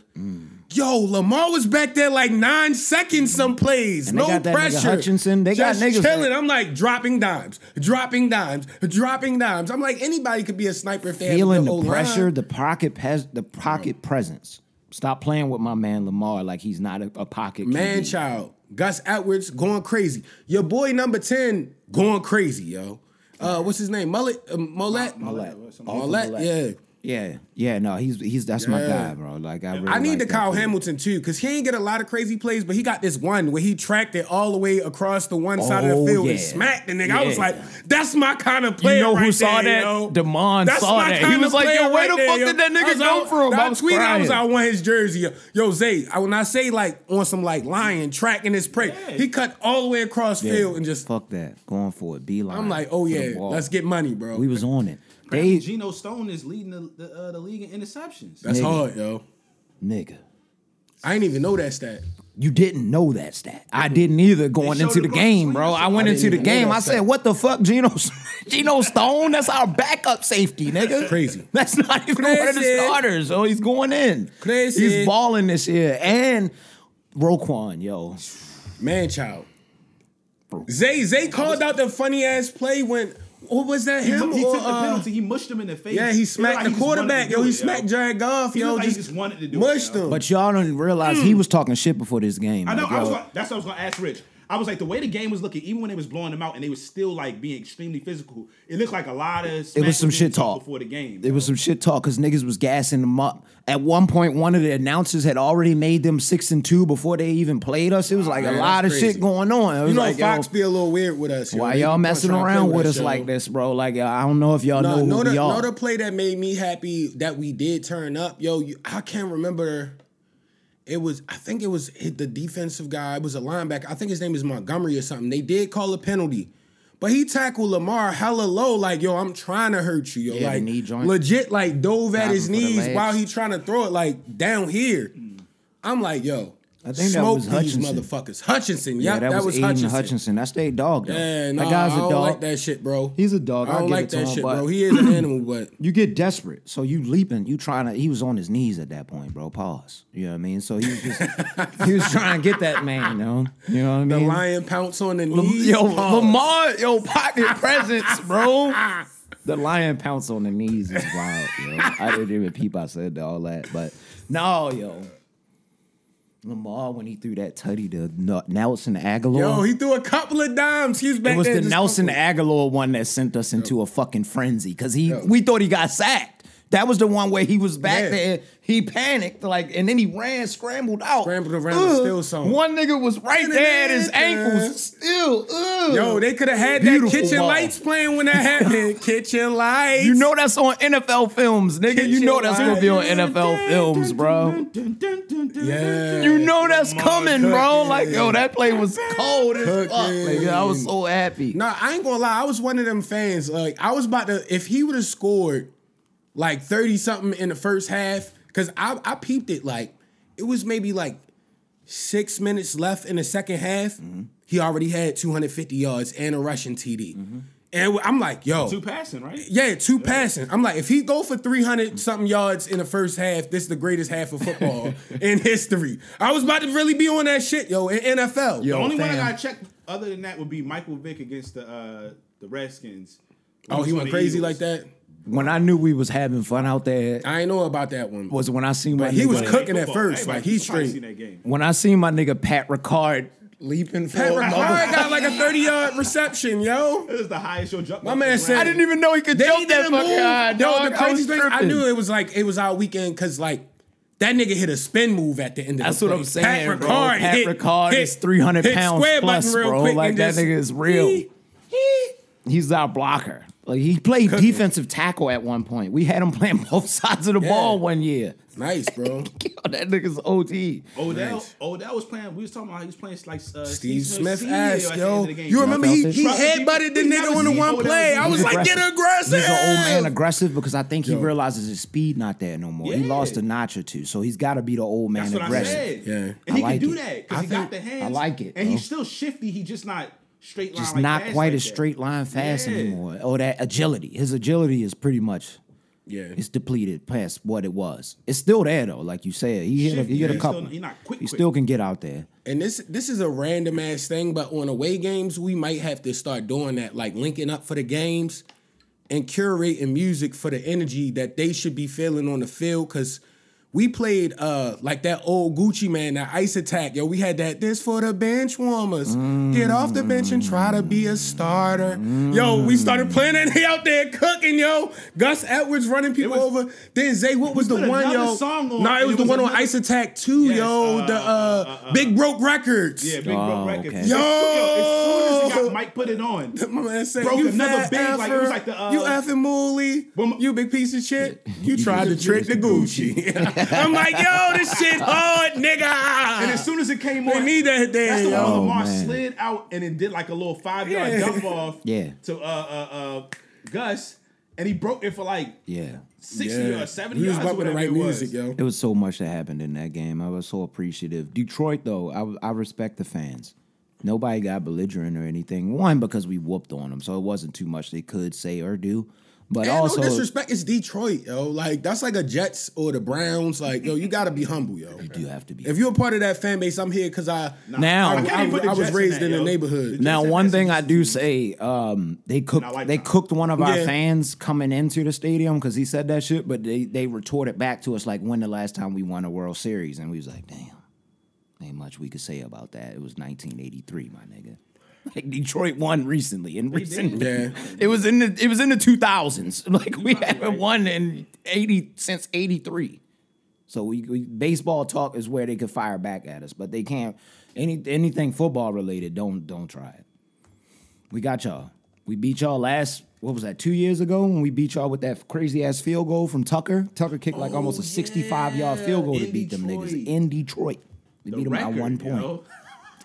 Speaker 2: Yo, Lamar was back there like nine seconds some plays.
Speaker 6: And they
Speaker 2: no
Speaker 6: got that nigga
Speaker 2: pressure.
Speaker 6: Hutchinson. They got
Speaker 2: Just
Speaker 6: niggas
Speaker 2: chilling.
Speaker 6: that-
Speaker 2: I'm like dropping dimes, dropping dimes, dropping dimes. I'm like anybody could be a sniper if they
Speaker 6: feeling
Speaker 2: have
Speaker 6: the
Speaker 2: good O-line.
Speaker 6: pressure, the pocket pes- the pocket presence. Stop playing with my man Lamar like he's not a, a pocket
Speaker 2: Man
Speaker 6: QB.
Speaker 2: child, Gus Edwards going crazy. Your boy number 10 going crazy, yo. Uh, what's his name? Mullet? Uh, Mollet?
Speaker 6: Millette.
Speaker 2: Mollet, yeah.
Speaker 6: Yeah, yeah, no, he's he's that's my
Speaker 2: Yeah.
Speaker 6: guy, bro. Like I, really
Speaker 2: I need
Speaker 6: like
Speaker 2: the
Speaker 6: that
Speaker 2: Kyle
Speaker 6: dude.
Speaker 2: Hamilton too, because he ain't get a lot of crazy plays, but he got this one where he tracked it all the way across the one side of
Speaker 6: Oh,
Speaker 2: the field and
Speaker 6: yeah.
Speaker 2: smacked the nigga. I was
Speaker 6: Yeah.
Speaker 2: like, that's my kind of player.
Speaker 6: You know who
Speaker 2: right
Speaker 6: saw
Speaker 2: there,
Speaker 6: that?
Speaker 2: Yo.
Speaker 6: Damon saw
Speaker 2: my
Speaker 6: that. He
Speaker 2: kind
Speaker 6: was
Speaker 2: of
Speaker 6: like,
Speaker 2: player
Speaker 6: yo, where the
Speaker 2: there,
Speaker 6: fuck
Speaker 2: yo.
Speaker 6: did that nigga
Speaker 2: I was
Speaker 6: go
Speaker 2: out-
Speaker 6: from? I
Speaker 2: I
Speaker 6: was
Speaker 2: tweeted, I was
Speaker 6: crying.
Speaker 2: out, I want his jersey. Yo, yo Zay, I, when I say like on some like lion tracking his prey, he cut all the way across
Speaker 6: Yeah.
Speaker 2: field and just.
Speaker 6: fuck that, going for it, beeline.
Speaker 2: I'm like, oh
Speaker 6: for the
Speaker 2: yeah,
Speaker 6: ball.
Speaker 2: let's get money, bro.
Speaker 6: We was on it. They
Speaker 7: Geno Stone is leading the the, uh, the league in interceptions.
Speaker 2: That's
Speaker 6: nigga.
Speaker 2: hard, yo.
Speaker 6: nigga.
Speaker 2: I didn't even know that stat.
Speaker 6: You didn't know that stat.
Speaker 2: Mm-hmm.
Speaker 6: I didn't either going
Speaker 7: showed
Speaker 6: into
Speaker 7: it
Speaker 6: the
Speaker 7: across
Speaker 6: game,
Speaker 7: the
Speaker 6: bro.
Speaker 7: screen.
Speaker 6: I went
Speaker 7: I
Speaker 2: didn't
Speaker 6: into the
Speaker 2: even know
Speaker 6: game.
Speaker 2: that
Speaker 6: I said,
Speaker 2: stat.
Speaker 6: "What the fuck, Geno? Geno Stone? That's our backup safety, nigga.
Speaker 2: Crazy.
Speaker 6: That's not even one of the
Speaker 2: Crazy.
Speaker 6: starters. Oh, he's going in.
Speaker 2: Crazy.
Speaker 6: He's balling this year. And Roquan, yo,
Speaker 2: Man child. Zay Zay called out the funny ass play when what was that
Speaker 7: He,
Speaker 2: him
Speaker 7: he
Speaker 2: or
Speaker 7: took the
Speaker 2: uh,
Speaker 7: penalty. He mushed him in the face.
Speaker 2: yeah he
Speaker 7: It looked
Speaker 2: smacked
Speaker 7: like
Speaker 2: the
Speaker 7: just wanted to
Speaker 2: quarterback
Speaker 7: do
Speaker 2: yo he
Speaker 7: it,
Speaker 2: smacked Jared Goff
Speaker 7: He
Speaker 2: yo
Speaker 7: looked like he
Speaker 2: just,
Speaker 7: just wanted to do it,
Speaker 2: mushed
Speaker 7: yo.
Speaker 2: him
Speaker 6: but y'all don't realize he
Speaker 2: Hmm.
Speaker 6: was talking shit before this game.
Speaker 7: I know.
Speaker 6: Like,
Speaker 7: I was
Speaker 6: yo,
Speaker 7: like, that's what I was gonna ask Rich. I was like, the way the game was looking, even when they was blowing them out and they was still like being extremely physical, it looked like a lot of.
Speaker 6: It
Speaker 7: smack
Speaker 6: was some
Speaker 7: being
Speaker 6: shit
Speaker 7: talked
Speaker 6: talk.
Speaker 7: before the game.
Speaker 6: It was some shit talk because niggas was gassing them up. At one point, one of the announcers had already made them six and two before they even played us. It was like
Speaker 2: Ah, Man,
Speaker 6: a
Speaker 2: that's
Speaker 6: lot of
Speaker 2: crazy.
Speaker 6: shit going on. It was
Speaker 2: you know
Speaker 6: like, yo,
Speaker 2: Fox be a little weird with us yo.
Speaker 6: why
Speaker 2: They be
Speaker 6: y'all
Speaker 2: trying
Speaker 6: messing
Speaker 2: to play
Speaker 6: around with us
Speaker 2: yo.
Speaker 6: like this, bro? Like, I don't know if y'all
Speaker 2: No,
Speaker 6: know
Speaker 2: no,
Speaker 6: who
Speaker 2: the,
Speaker 6: we
Speaker 2: no,
Speaker 6: are.
Speaker 2: the play that made me happy that we did turn up, yo. You, I can't remember. It was, I think it was hit the defensive guy. It was a linebacker. I think his name is Montgomery or something. They did call a penalty, but he tackled Lamar hella low. Like, yo, I'm trying to hurt you, yo.
Speaker 6: Yeah, the
Speaker 2: like,
Speaker 6: knee joint.
Speaker 2: legit, like dove at
Speaker 6: Grabbed
Speaker 2: his
Speaker 6: him for the
Speaker 2: knees
Speaker 6: legs.
Speaker 2: while he trying to throw it like down here. I'm like, yo,
Speaker 6: I think that
Speaker 2: smoke
Speaker 6: was
Speaker 2: these
Speaker 6: Hutchinson.
Speaker 2: motherfuckers. Hutchinson,
Speaker 6: yeah,
Speaker 2: yep,
Speaker 6: that, was, Aiden Hutchinson. That's their dog, though.
Speaker 2: Yeah,
Speaker 6: that
Speaker 2: nah,
Speaker 6: guy's a
Speaker 2: I don't
Speaker 6: dog.
Speaker 2: like that shit, bro.
Speaker 6: He's a dog.
Speaker 2: I
Speaker 6: I'll
Speaker 2: don't
Speaker 6: give
Speaker 2: like
Speaker 6: it to
Speaker 2: that
Speaker 6: him,
Speaker 2: shit,
Speaker 6: but-
Speaker 2: bro. He is an animal, but
Speaker 6: you get desperate. So you leaping, you trying to. He was on his knees at that point, bro. Pause. You know what I mean? So he was just he was trying to get that man, you know. You know what I mean?
Speaker 2: The lion pounce on the
Speaker 6: Lam-
Speaker 2: knees.
Speaker 6: yo,
Speaker 2: Pause.
Speaker 6: Lamar, yo, pocket presence, bro. The lion pounce on the knees is wild, yo. I didn't even peep I said all that, but no, yo. Lamar, when he threw that tutty to N- Nelson Aguilar,
Speaker 2: Yo, he threw a couple of dimes. He was back
Speaker 6: it was
Speaker 2: there
Speaker 6: the
Speaker 2: just
Speaker 6: Nelson
Speaker 2: fucking-
Speaker 6: Aguilar one that sent us into a fucking frenzy because he we thought he got sacked. That was the one where he was back
Speaker 2: Yeah.
Speaker 6: there. He panicked, like, and then he ran, scrambled out,
Speaker 2: Scrambled around and still some.
Speaker 6: One nigga was right there at his ankles, still. Ugh.
Speaker 2: Yo, they could have had that
Speaker 6: Beautiful
Speaker 2: kitchen
Speaker 6: ball.
Speaker 2: lights playing when that happened. kitchen lights.
Speaker 6: You know that's on NFL films, nigga. You
Speaker 2: Kitchen
Speaker 6: know that's gonna be on NFL films, bro.
Speaker 2: Yeah.
Speaker 6: You know that's coming, bro.
Speaker 2: cooking.
Speaker 6: Like, yo, that play was cold as fuck,
Speaker 2: Cooking.
Speaker 6: nigga. I was so happy.
Speaker 2: Nah, I ain't gonna lie. I was one of them fans. Like I was about to, if he would have scored like thirty something in the first half, because I I peeped it. Like it was maybe like six minutes left in the second half. He already had two hundred fifty yards and a rushing TD. And I'm like, yo,
Speaker 7: Two passing, right?
Speaker 2: Yeah, two passing. I'm like, if he go for 300 something yards in the first half, this is the greatest half of football in history. I was about to really be on that shit, yo, in NFL.
Speaker 7: The
Speaker 6: Yo.
Speaker 7: only one I
Speaker 6: fam.
Speaker 7: gotta check other than that would be Michael Vick against the uh, the Redskins.
Speaker 2: Oh, he
Speaker 7: on
Speaker 2: went
Speaker 7: the
Speaker 2: crazy
Speaker 7: Eagles.
Speaker 2: like that?
Speaker 6: When I knew we was having fun out there,
Speaker 2: I ain't know about that one.
Speaker 6: was when I seen my
Speaker 2: But he
Speaker 6: nigga,
Speaker 2: was cooking at
Speaker 7: Football.
Speaker 2: first.
Speaker 7: Everybody
Speaker 2: Like, he's
Speaker 7: probably seen
Speaker 2: straight.
Speaker 7: that game.
Speaker 6: when I seen my nigga Pat Ricard leaping for
Speaker 2: Pat
Speaker 6: a
Speaker 2: Ricard
Speaker 6: mother-
Speaker 2: got like a 30 yard reception, yo.
Speaker 7: This is the highest your jump.
Speaker 2: My man said-
Speaker 6: I didn't even know he could
Speaker 2: They
Speaker 6: jump that
Speaker 2: didn't
Speaker 6: fucking
Speaker 2: move.
Speaker 6: high,
Speaker 2: Yo,
Speaker 6: dog.
Speaker 2: the
Speaker 6: I
Speaker 2: crazy
Speaker 6: was
Speaker 2: thing, I
Speaker 6: tripping.
Speaker 2: knew it was like it was our weekend because like that nigga hit a spin move at the end of
Speaker 6: That's
Speaker 2: the
Speaker 6: what
Speaker 2: play.
Speaker 6: I'm saying,
Speaker 2: Pat
Speaker 6: bro.
Speaker 2: Ricard
Speaker 6: Pat
Speaker 2: hit,
Speaker 6: Ricard
Speaker 2: hit-
Speaker 6: is 300
Speaker 2: hit
Speaker 6: pounds
Speaker 2: square
Speaker 6: plus,
Speaker 2: button real
Speaker 6: bro.
Speaker 2: quick
Speaker 6: Like,
Speaker 2: and
Speaker 6: that
Speaker 2: just-
Speaker 6: nigga is real.
Speaker 2: He- he-
Speaker 6: He's our blocker. Like he played defensive tackle at one point. We had him playing both sides of the
Speaker 2: Yeah.
Speaker 6: ball one year.
Speaker 2: Nice, bro.
Speaker 6: Yo, that nigga's OT.
Speaker 7: Odell,
Speaker 2: Nice.
Speaker 7: Odell was playing. We was talking about how he was playing like uh,
Speaker 2: Steve Smith
Speaker 7: Senior at
Speaker 2: ass,
Speaker 7: the
Speaker 2: yo.
Speaker 7: end of the game.
Speaker 2: You remember he,
Speaker 6: Y'all felt
Speaker 2: he
Speaker 6: it?
Speaker 2: headbutted the nigga
Speaker 7: We never
Speaker 2: on the
Speaker 7: seen
Speaker 2: one
Speaker 7: Odell
Speaker 2: play.
Speaker 7: do
Speaker 2: I was
Speaker 7: that.
Speaker 2: like, get aggressive.
Speaker 6: He's an old man aggressive because I think he
Speaker 2: Yo.
Speaker 6: realizes his speed not there no more. He
Speaker 7: Yeah.
Speaker 6: lost a notch or two, so he's got to be the old man
Speaker 7: That's what
Speaker 6: aggressive.
Speaker 7: I said.
Speaker 2: Yeah.
Speaker 7: and
Speaker 6: I
Speaker 7: he
Speaker 6: like
Speaker 7: can do
Speaker 6: it.
Speaker 7: that
Speaker 6: I
Speaker 7: because he
Speaker 6: think-
Speaker 7: got the hands.
Speaker 6: I like it,
Speaker 7: and
Speaker 6: bro.
Speaker 7: he's still shifty. He just not straight line.
Speaker 6: Just
Speaker 7: like
Speaker 6: not
Speaker 7: fast
Speaker 6: quite
Speaker 7: like
Speaker 6: as
Speaker 7: that.
Speaker 6: straight line fast
Speaker 7: Yeah.
Speaker 6: anymore. Or that agility. His agility is pretty much
Speaker 2: Yeah.
Speaker 6: it's depleted past what it was. It's still there though, like you said. He hit a,
Speaker 7: Shifty,
Speaker 6: he hit a
Speaker 7: yeah. He's still-
Speaker 6: couple.
Speaker 7: he not quick,
Speaker 6: he
Speaker 7: quick.
Speaker 6: still can get out there.
Speaker 2: And this this is a random ass thing, but on away games, we might have to start doing that, like linking up for the games and curating music for the energy that they should be feeling on the field. Cause we played uh like that old Gucci man, that ice attack. Yo, we had that this for the bench warmers. Get off the bench and try to be a starter. Yo, we started playing and he out there cooking, yo. Gus Edwards running people
Speaker 7: was-
Speaker 2: over. Then Zay, what was the
Speaker 7: put
Speaker 2: one,
Speaker 7: another
Speaker 2: yo?
Speaker 7: song on,
Speaker 2: nah, it
Speaker 7: and
Speaker 2: was
Speaker 7: it
Speaker 2: the
Speaker 7: was
Speaker 2: one on
Speaker 7: another-
Speaker 2: Ice Attack 2,
Speaker 7: Yes,
Speaker 2: yo.
Speaker 7: uh,
Speaker 2: the uh,
Speaker 7: uh, uh,
Speaker 2: Big Broke Records.
Speaker 7: Yeah, big
Speaker 6: Oh,
Speaker 7: broke record.
Speaker 6: okay.
Speaker 7: As soon- yo, as soon as he
Speaker 2: Yo.
Speaker 7: got Mike put it on,
Speaker 2: My man said,
Speaker 7: Broke
Speaker 2: you
Speaker 7: another
Speaker 2: fat
Speaker 7: big,
Speaker 2: effer,
Speaker 7: like, it was like the, uh,
Speaker 2: you effing mooly,
Speaker 7: Well, my-
Speaker 2: you big piece of shit. You tried to trick the Gucci. I'm like, yo, this shit hard, nigga.
Speaker 7: and as soon as it came
Speaker 2: they
Speaker 7: on,
Speaker 2: need that thing,
Speaker 7: That's the one
Speaker 2: yo.
Speaker 6: Oh,
Speaker 7: Lamar
Speaker 6: man.
Speaker 7: slid out and then did like a little five yard
Speaker 2: Yeah.
Speaker 7: dump off.
Speaker 6: Yeah.
Speaker 7: To uh uh uh Gus, and he broke it for like
Speaker 6: Yeah.
Speaker 7: sixty or seventy
Speaker 2: we was
Speaker 7: yards. or
Speaker 2: bumping the
Speaker 7: whatever
Speaker 2: right
Speaker 7: it was.
Speaker 2: music, yo.
Speaker 6: It was so much that happened in that game. I was so appreciative. Detroit, though, I, I respect the fans. Nobody got belligerent or anything. One, because we whooped on them, so it wasn't too much they could say or do. But
Speaker 2: And
Speaker 6: also,
Speaker 2: no disrespect, it's Detroit, yo. Like that's like a Jets or the Browns. Like yo, you gotta be humble, yo.
Speaker 6: you have to be.
Speaker 2: If you're a part of that fan base, I'm here because I
Speaker 6: Now-
Speaker 2: I,
Speaker 6: I
Speaker 7: can't even put
Speaker 2: I,
Speaker 7: the
Speaker 2: I was
Speaker 7: Jets in
Speaker 2: raised
Speaker 7: that,
Speaker 2: in the
Speaker 7: yo.
Speaker 2: neighborhood.
Speaker 7: The
Speaker 6: now,
Speaker 7: Jets
Speaker 6: one
Speaker 7: have
Speaker 6: thing I
Speaker 7: SEC.
Speaker 6: do say, um, they cooked
Speaker 7: Not like
Speaker 6: they
Speaker 7: that.
Speaker 6: cooked one of our
Speaker 2: Yeah.
Speaker 6: fans coming into the stadium because he said that shit, but they they retorted back to us like, "When the last time we won a World Series?" And we was like, "Damn, ain't much we could say about that." It was 1983, my nigga. Like Detroit won recently, and recently
Speaker 2: Yeah.
Speaker 6: it was in the it was in the 2000s. Like we haven't won in 80 since 83. So we, we baseball talk is where they could fire back at us, but they can't any anything football related. Don't don't try it. We got y'all. We beat y'all last what was that two years ago when we beat y'all with that crazy ass field goal from Tucker. Tucker kicked like almost a sixty five yard field goal to
Speaker 7: Oh, In
Speaker 6: beat them
Speaker 7: Detroit.
Speaker 6: niggas in Detroit. We beat them by
Speaker 7: Record,
Speaker 6: one
Speaker 7: you
Speaker 6: point.
Speaker 7: know?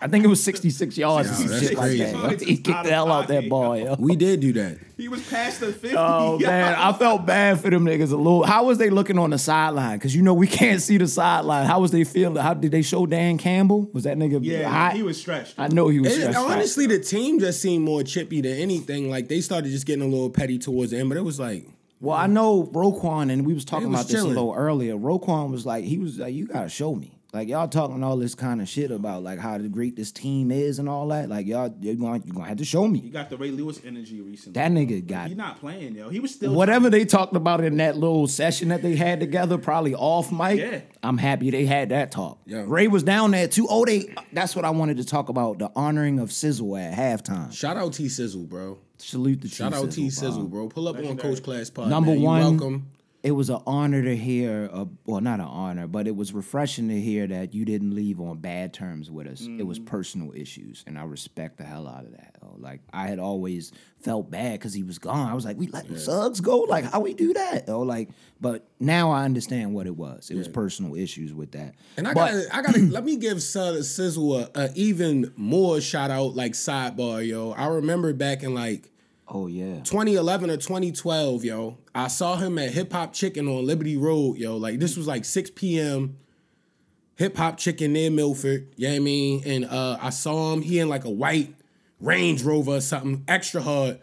Speaker 6: I think it was sixty six yards or
Speaker 2: Yo,
Speaker 6: some
Speaker 2: that's
Speaker 6: shit like
Speaker 2: crazy.
Speaker 6: that. He kicked
Speaker 7: Out
Speaker 6: the
Speaker 7: of
Speaker 6: hell out that
Speaker 7: pocket,
Speaker 6: ball. Yo.
Speaker 2: We did do that.
Speaker 7: He was past the fifty.
Speaker 6: Oh man, I felt bad for them niggas a little. How was they looking on the sideline? Because you know we can't see the sideline. How was they feeling? How did they show Dan Campbell? Was that nigga
Speaker 7: Yeah,
Speaker 6: hot?
Speaker 7: he was stretched.
Speaker 6: I know he was.
Speaker 2: It-
Speaker 6: stressed out.
Speaker 2: honestly, the team just seemed more chippy than anything. Like they started just getting a little petty towards the end, but it was like,
Speaker 6: Well, I know Roquan, and we was talking
Speaker 2: They was
Speaker 6: about this
Speaker 2: chilling.
Speaker 6: a little earlier. Roquan was like, he was like, you gotta show me. Like y'all talking all this kind of shit about like how great this team is and all that. Like y'all, you're going, you're gonna have to show
Speaker 7: He
Speaker 6: me.
Speaker 7: got the Ray Lewis energy recently.
Speaker 6: That nigga got
Speaker 7: He not playing, yo. He was still
Speaker 6: whatever they talked about in that little session that they had together, probably off mic.
Speaker 7: Yeah.
Speaker 6: I'm happy they had that talk.
Speaker 2: Yeah.
Speaker 6: Ray was down there too. Oh, they. That's what I wanted to talk about. The honoring of Sizzle at halftime.
Speaker 2: shout out T Sizzle, bro.
Speaker 6: Salute the
Speaker 2: Shout out T Sizzle,
Speaker 6: Bob.
Speaker 2: bro. Pull up on Coach Class Pod.
Speaker 6: Number
Speaker 2: man. You
Speaker 6: one,
Speaker 2: welcome.
Speaker 6: it was an honor to hear. A, well, not an honor, but it was refreshing to hear that you didn't leave on bad terms with us. It
Speaker 2: Mm.
Speaker 6: was personal issues, and I respect the hell out of that. Oh, Like I had always felt bad because he was gone. I was like, we let Suggs go. Like how we do that? Oh, like but now I understand what it was. It was personal issues with that.
Speaker 2: And I
Speaker 6: But-
Speaker 2: gotta, I gotta, let me give Sid- Sizzle a, a even more shout out, like sidebar, yo. I remember back in like
Speaker 6: oh yeah,
Speaker 2: 2011 or 2012, yo. I saw him at Hip Hop Chicken on Liberty Road, yo. Like this was like 6 p.m. Hip Hop Chicken near Milford. You know what I mean? And uh, I saw him. He in like a white Range Rover or something, extra hard.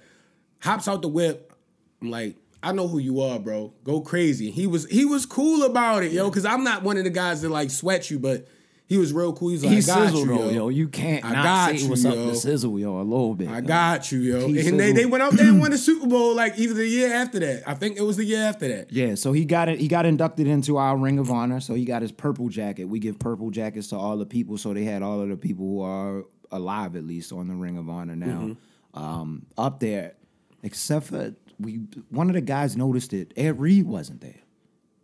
Speaker 2: Hops out the whip. I'm like, I know who you are, bro. Go crazy. He was he was cool about it, yo. Cause I'm not one of the guys that like sweat you, but he was real cool. He's like,
Speaker 6: he
Speaker 2: I got
Speaker 6: sizzled
Speaker 2: you,
Speaker 6: though, yo. You can't
Speaker 2: I
Speaker 6: not
Speaker 2: got
Speaker 6: say
Speaker 2: you,
Speaker 6: what's up
Speaker 2: yo.
Speaker 6: to sizzle, yo, a little bit.
Speaker 2: I
Speaker 6: yo.
Speaker 2: got you, yo.
Speaker 6: He
Speaker 2: And they,
Speaker 6: sizzled.
Speaker 2: they went out there and won the Super Bowl like either the year after that. I think it was the year after that.
Speaker 6: Yeah, so he got it. He got inducted into our Ring of Honor. So he got his purple jacket. We give purple jackets to all the people. So they had all of the people who are alive at least on the Ring of Honor now um, up there, except for we. One of the guys noticed it. Ed Reed wasn't there.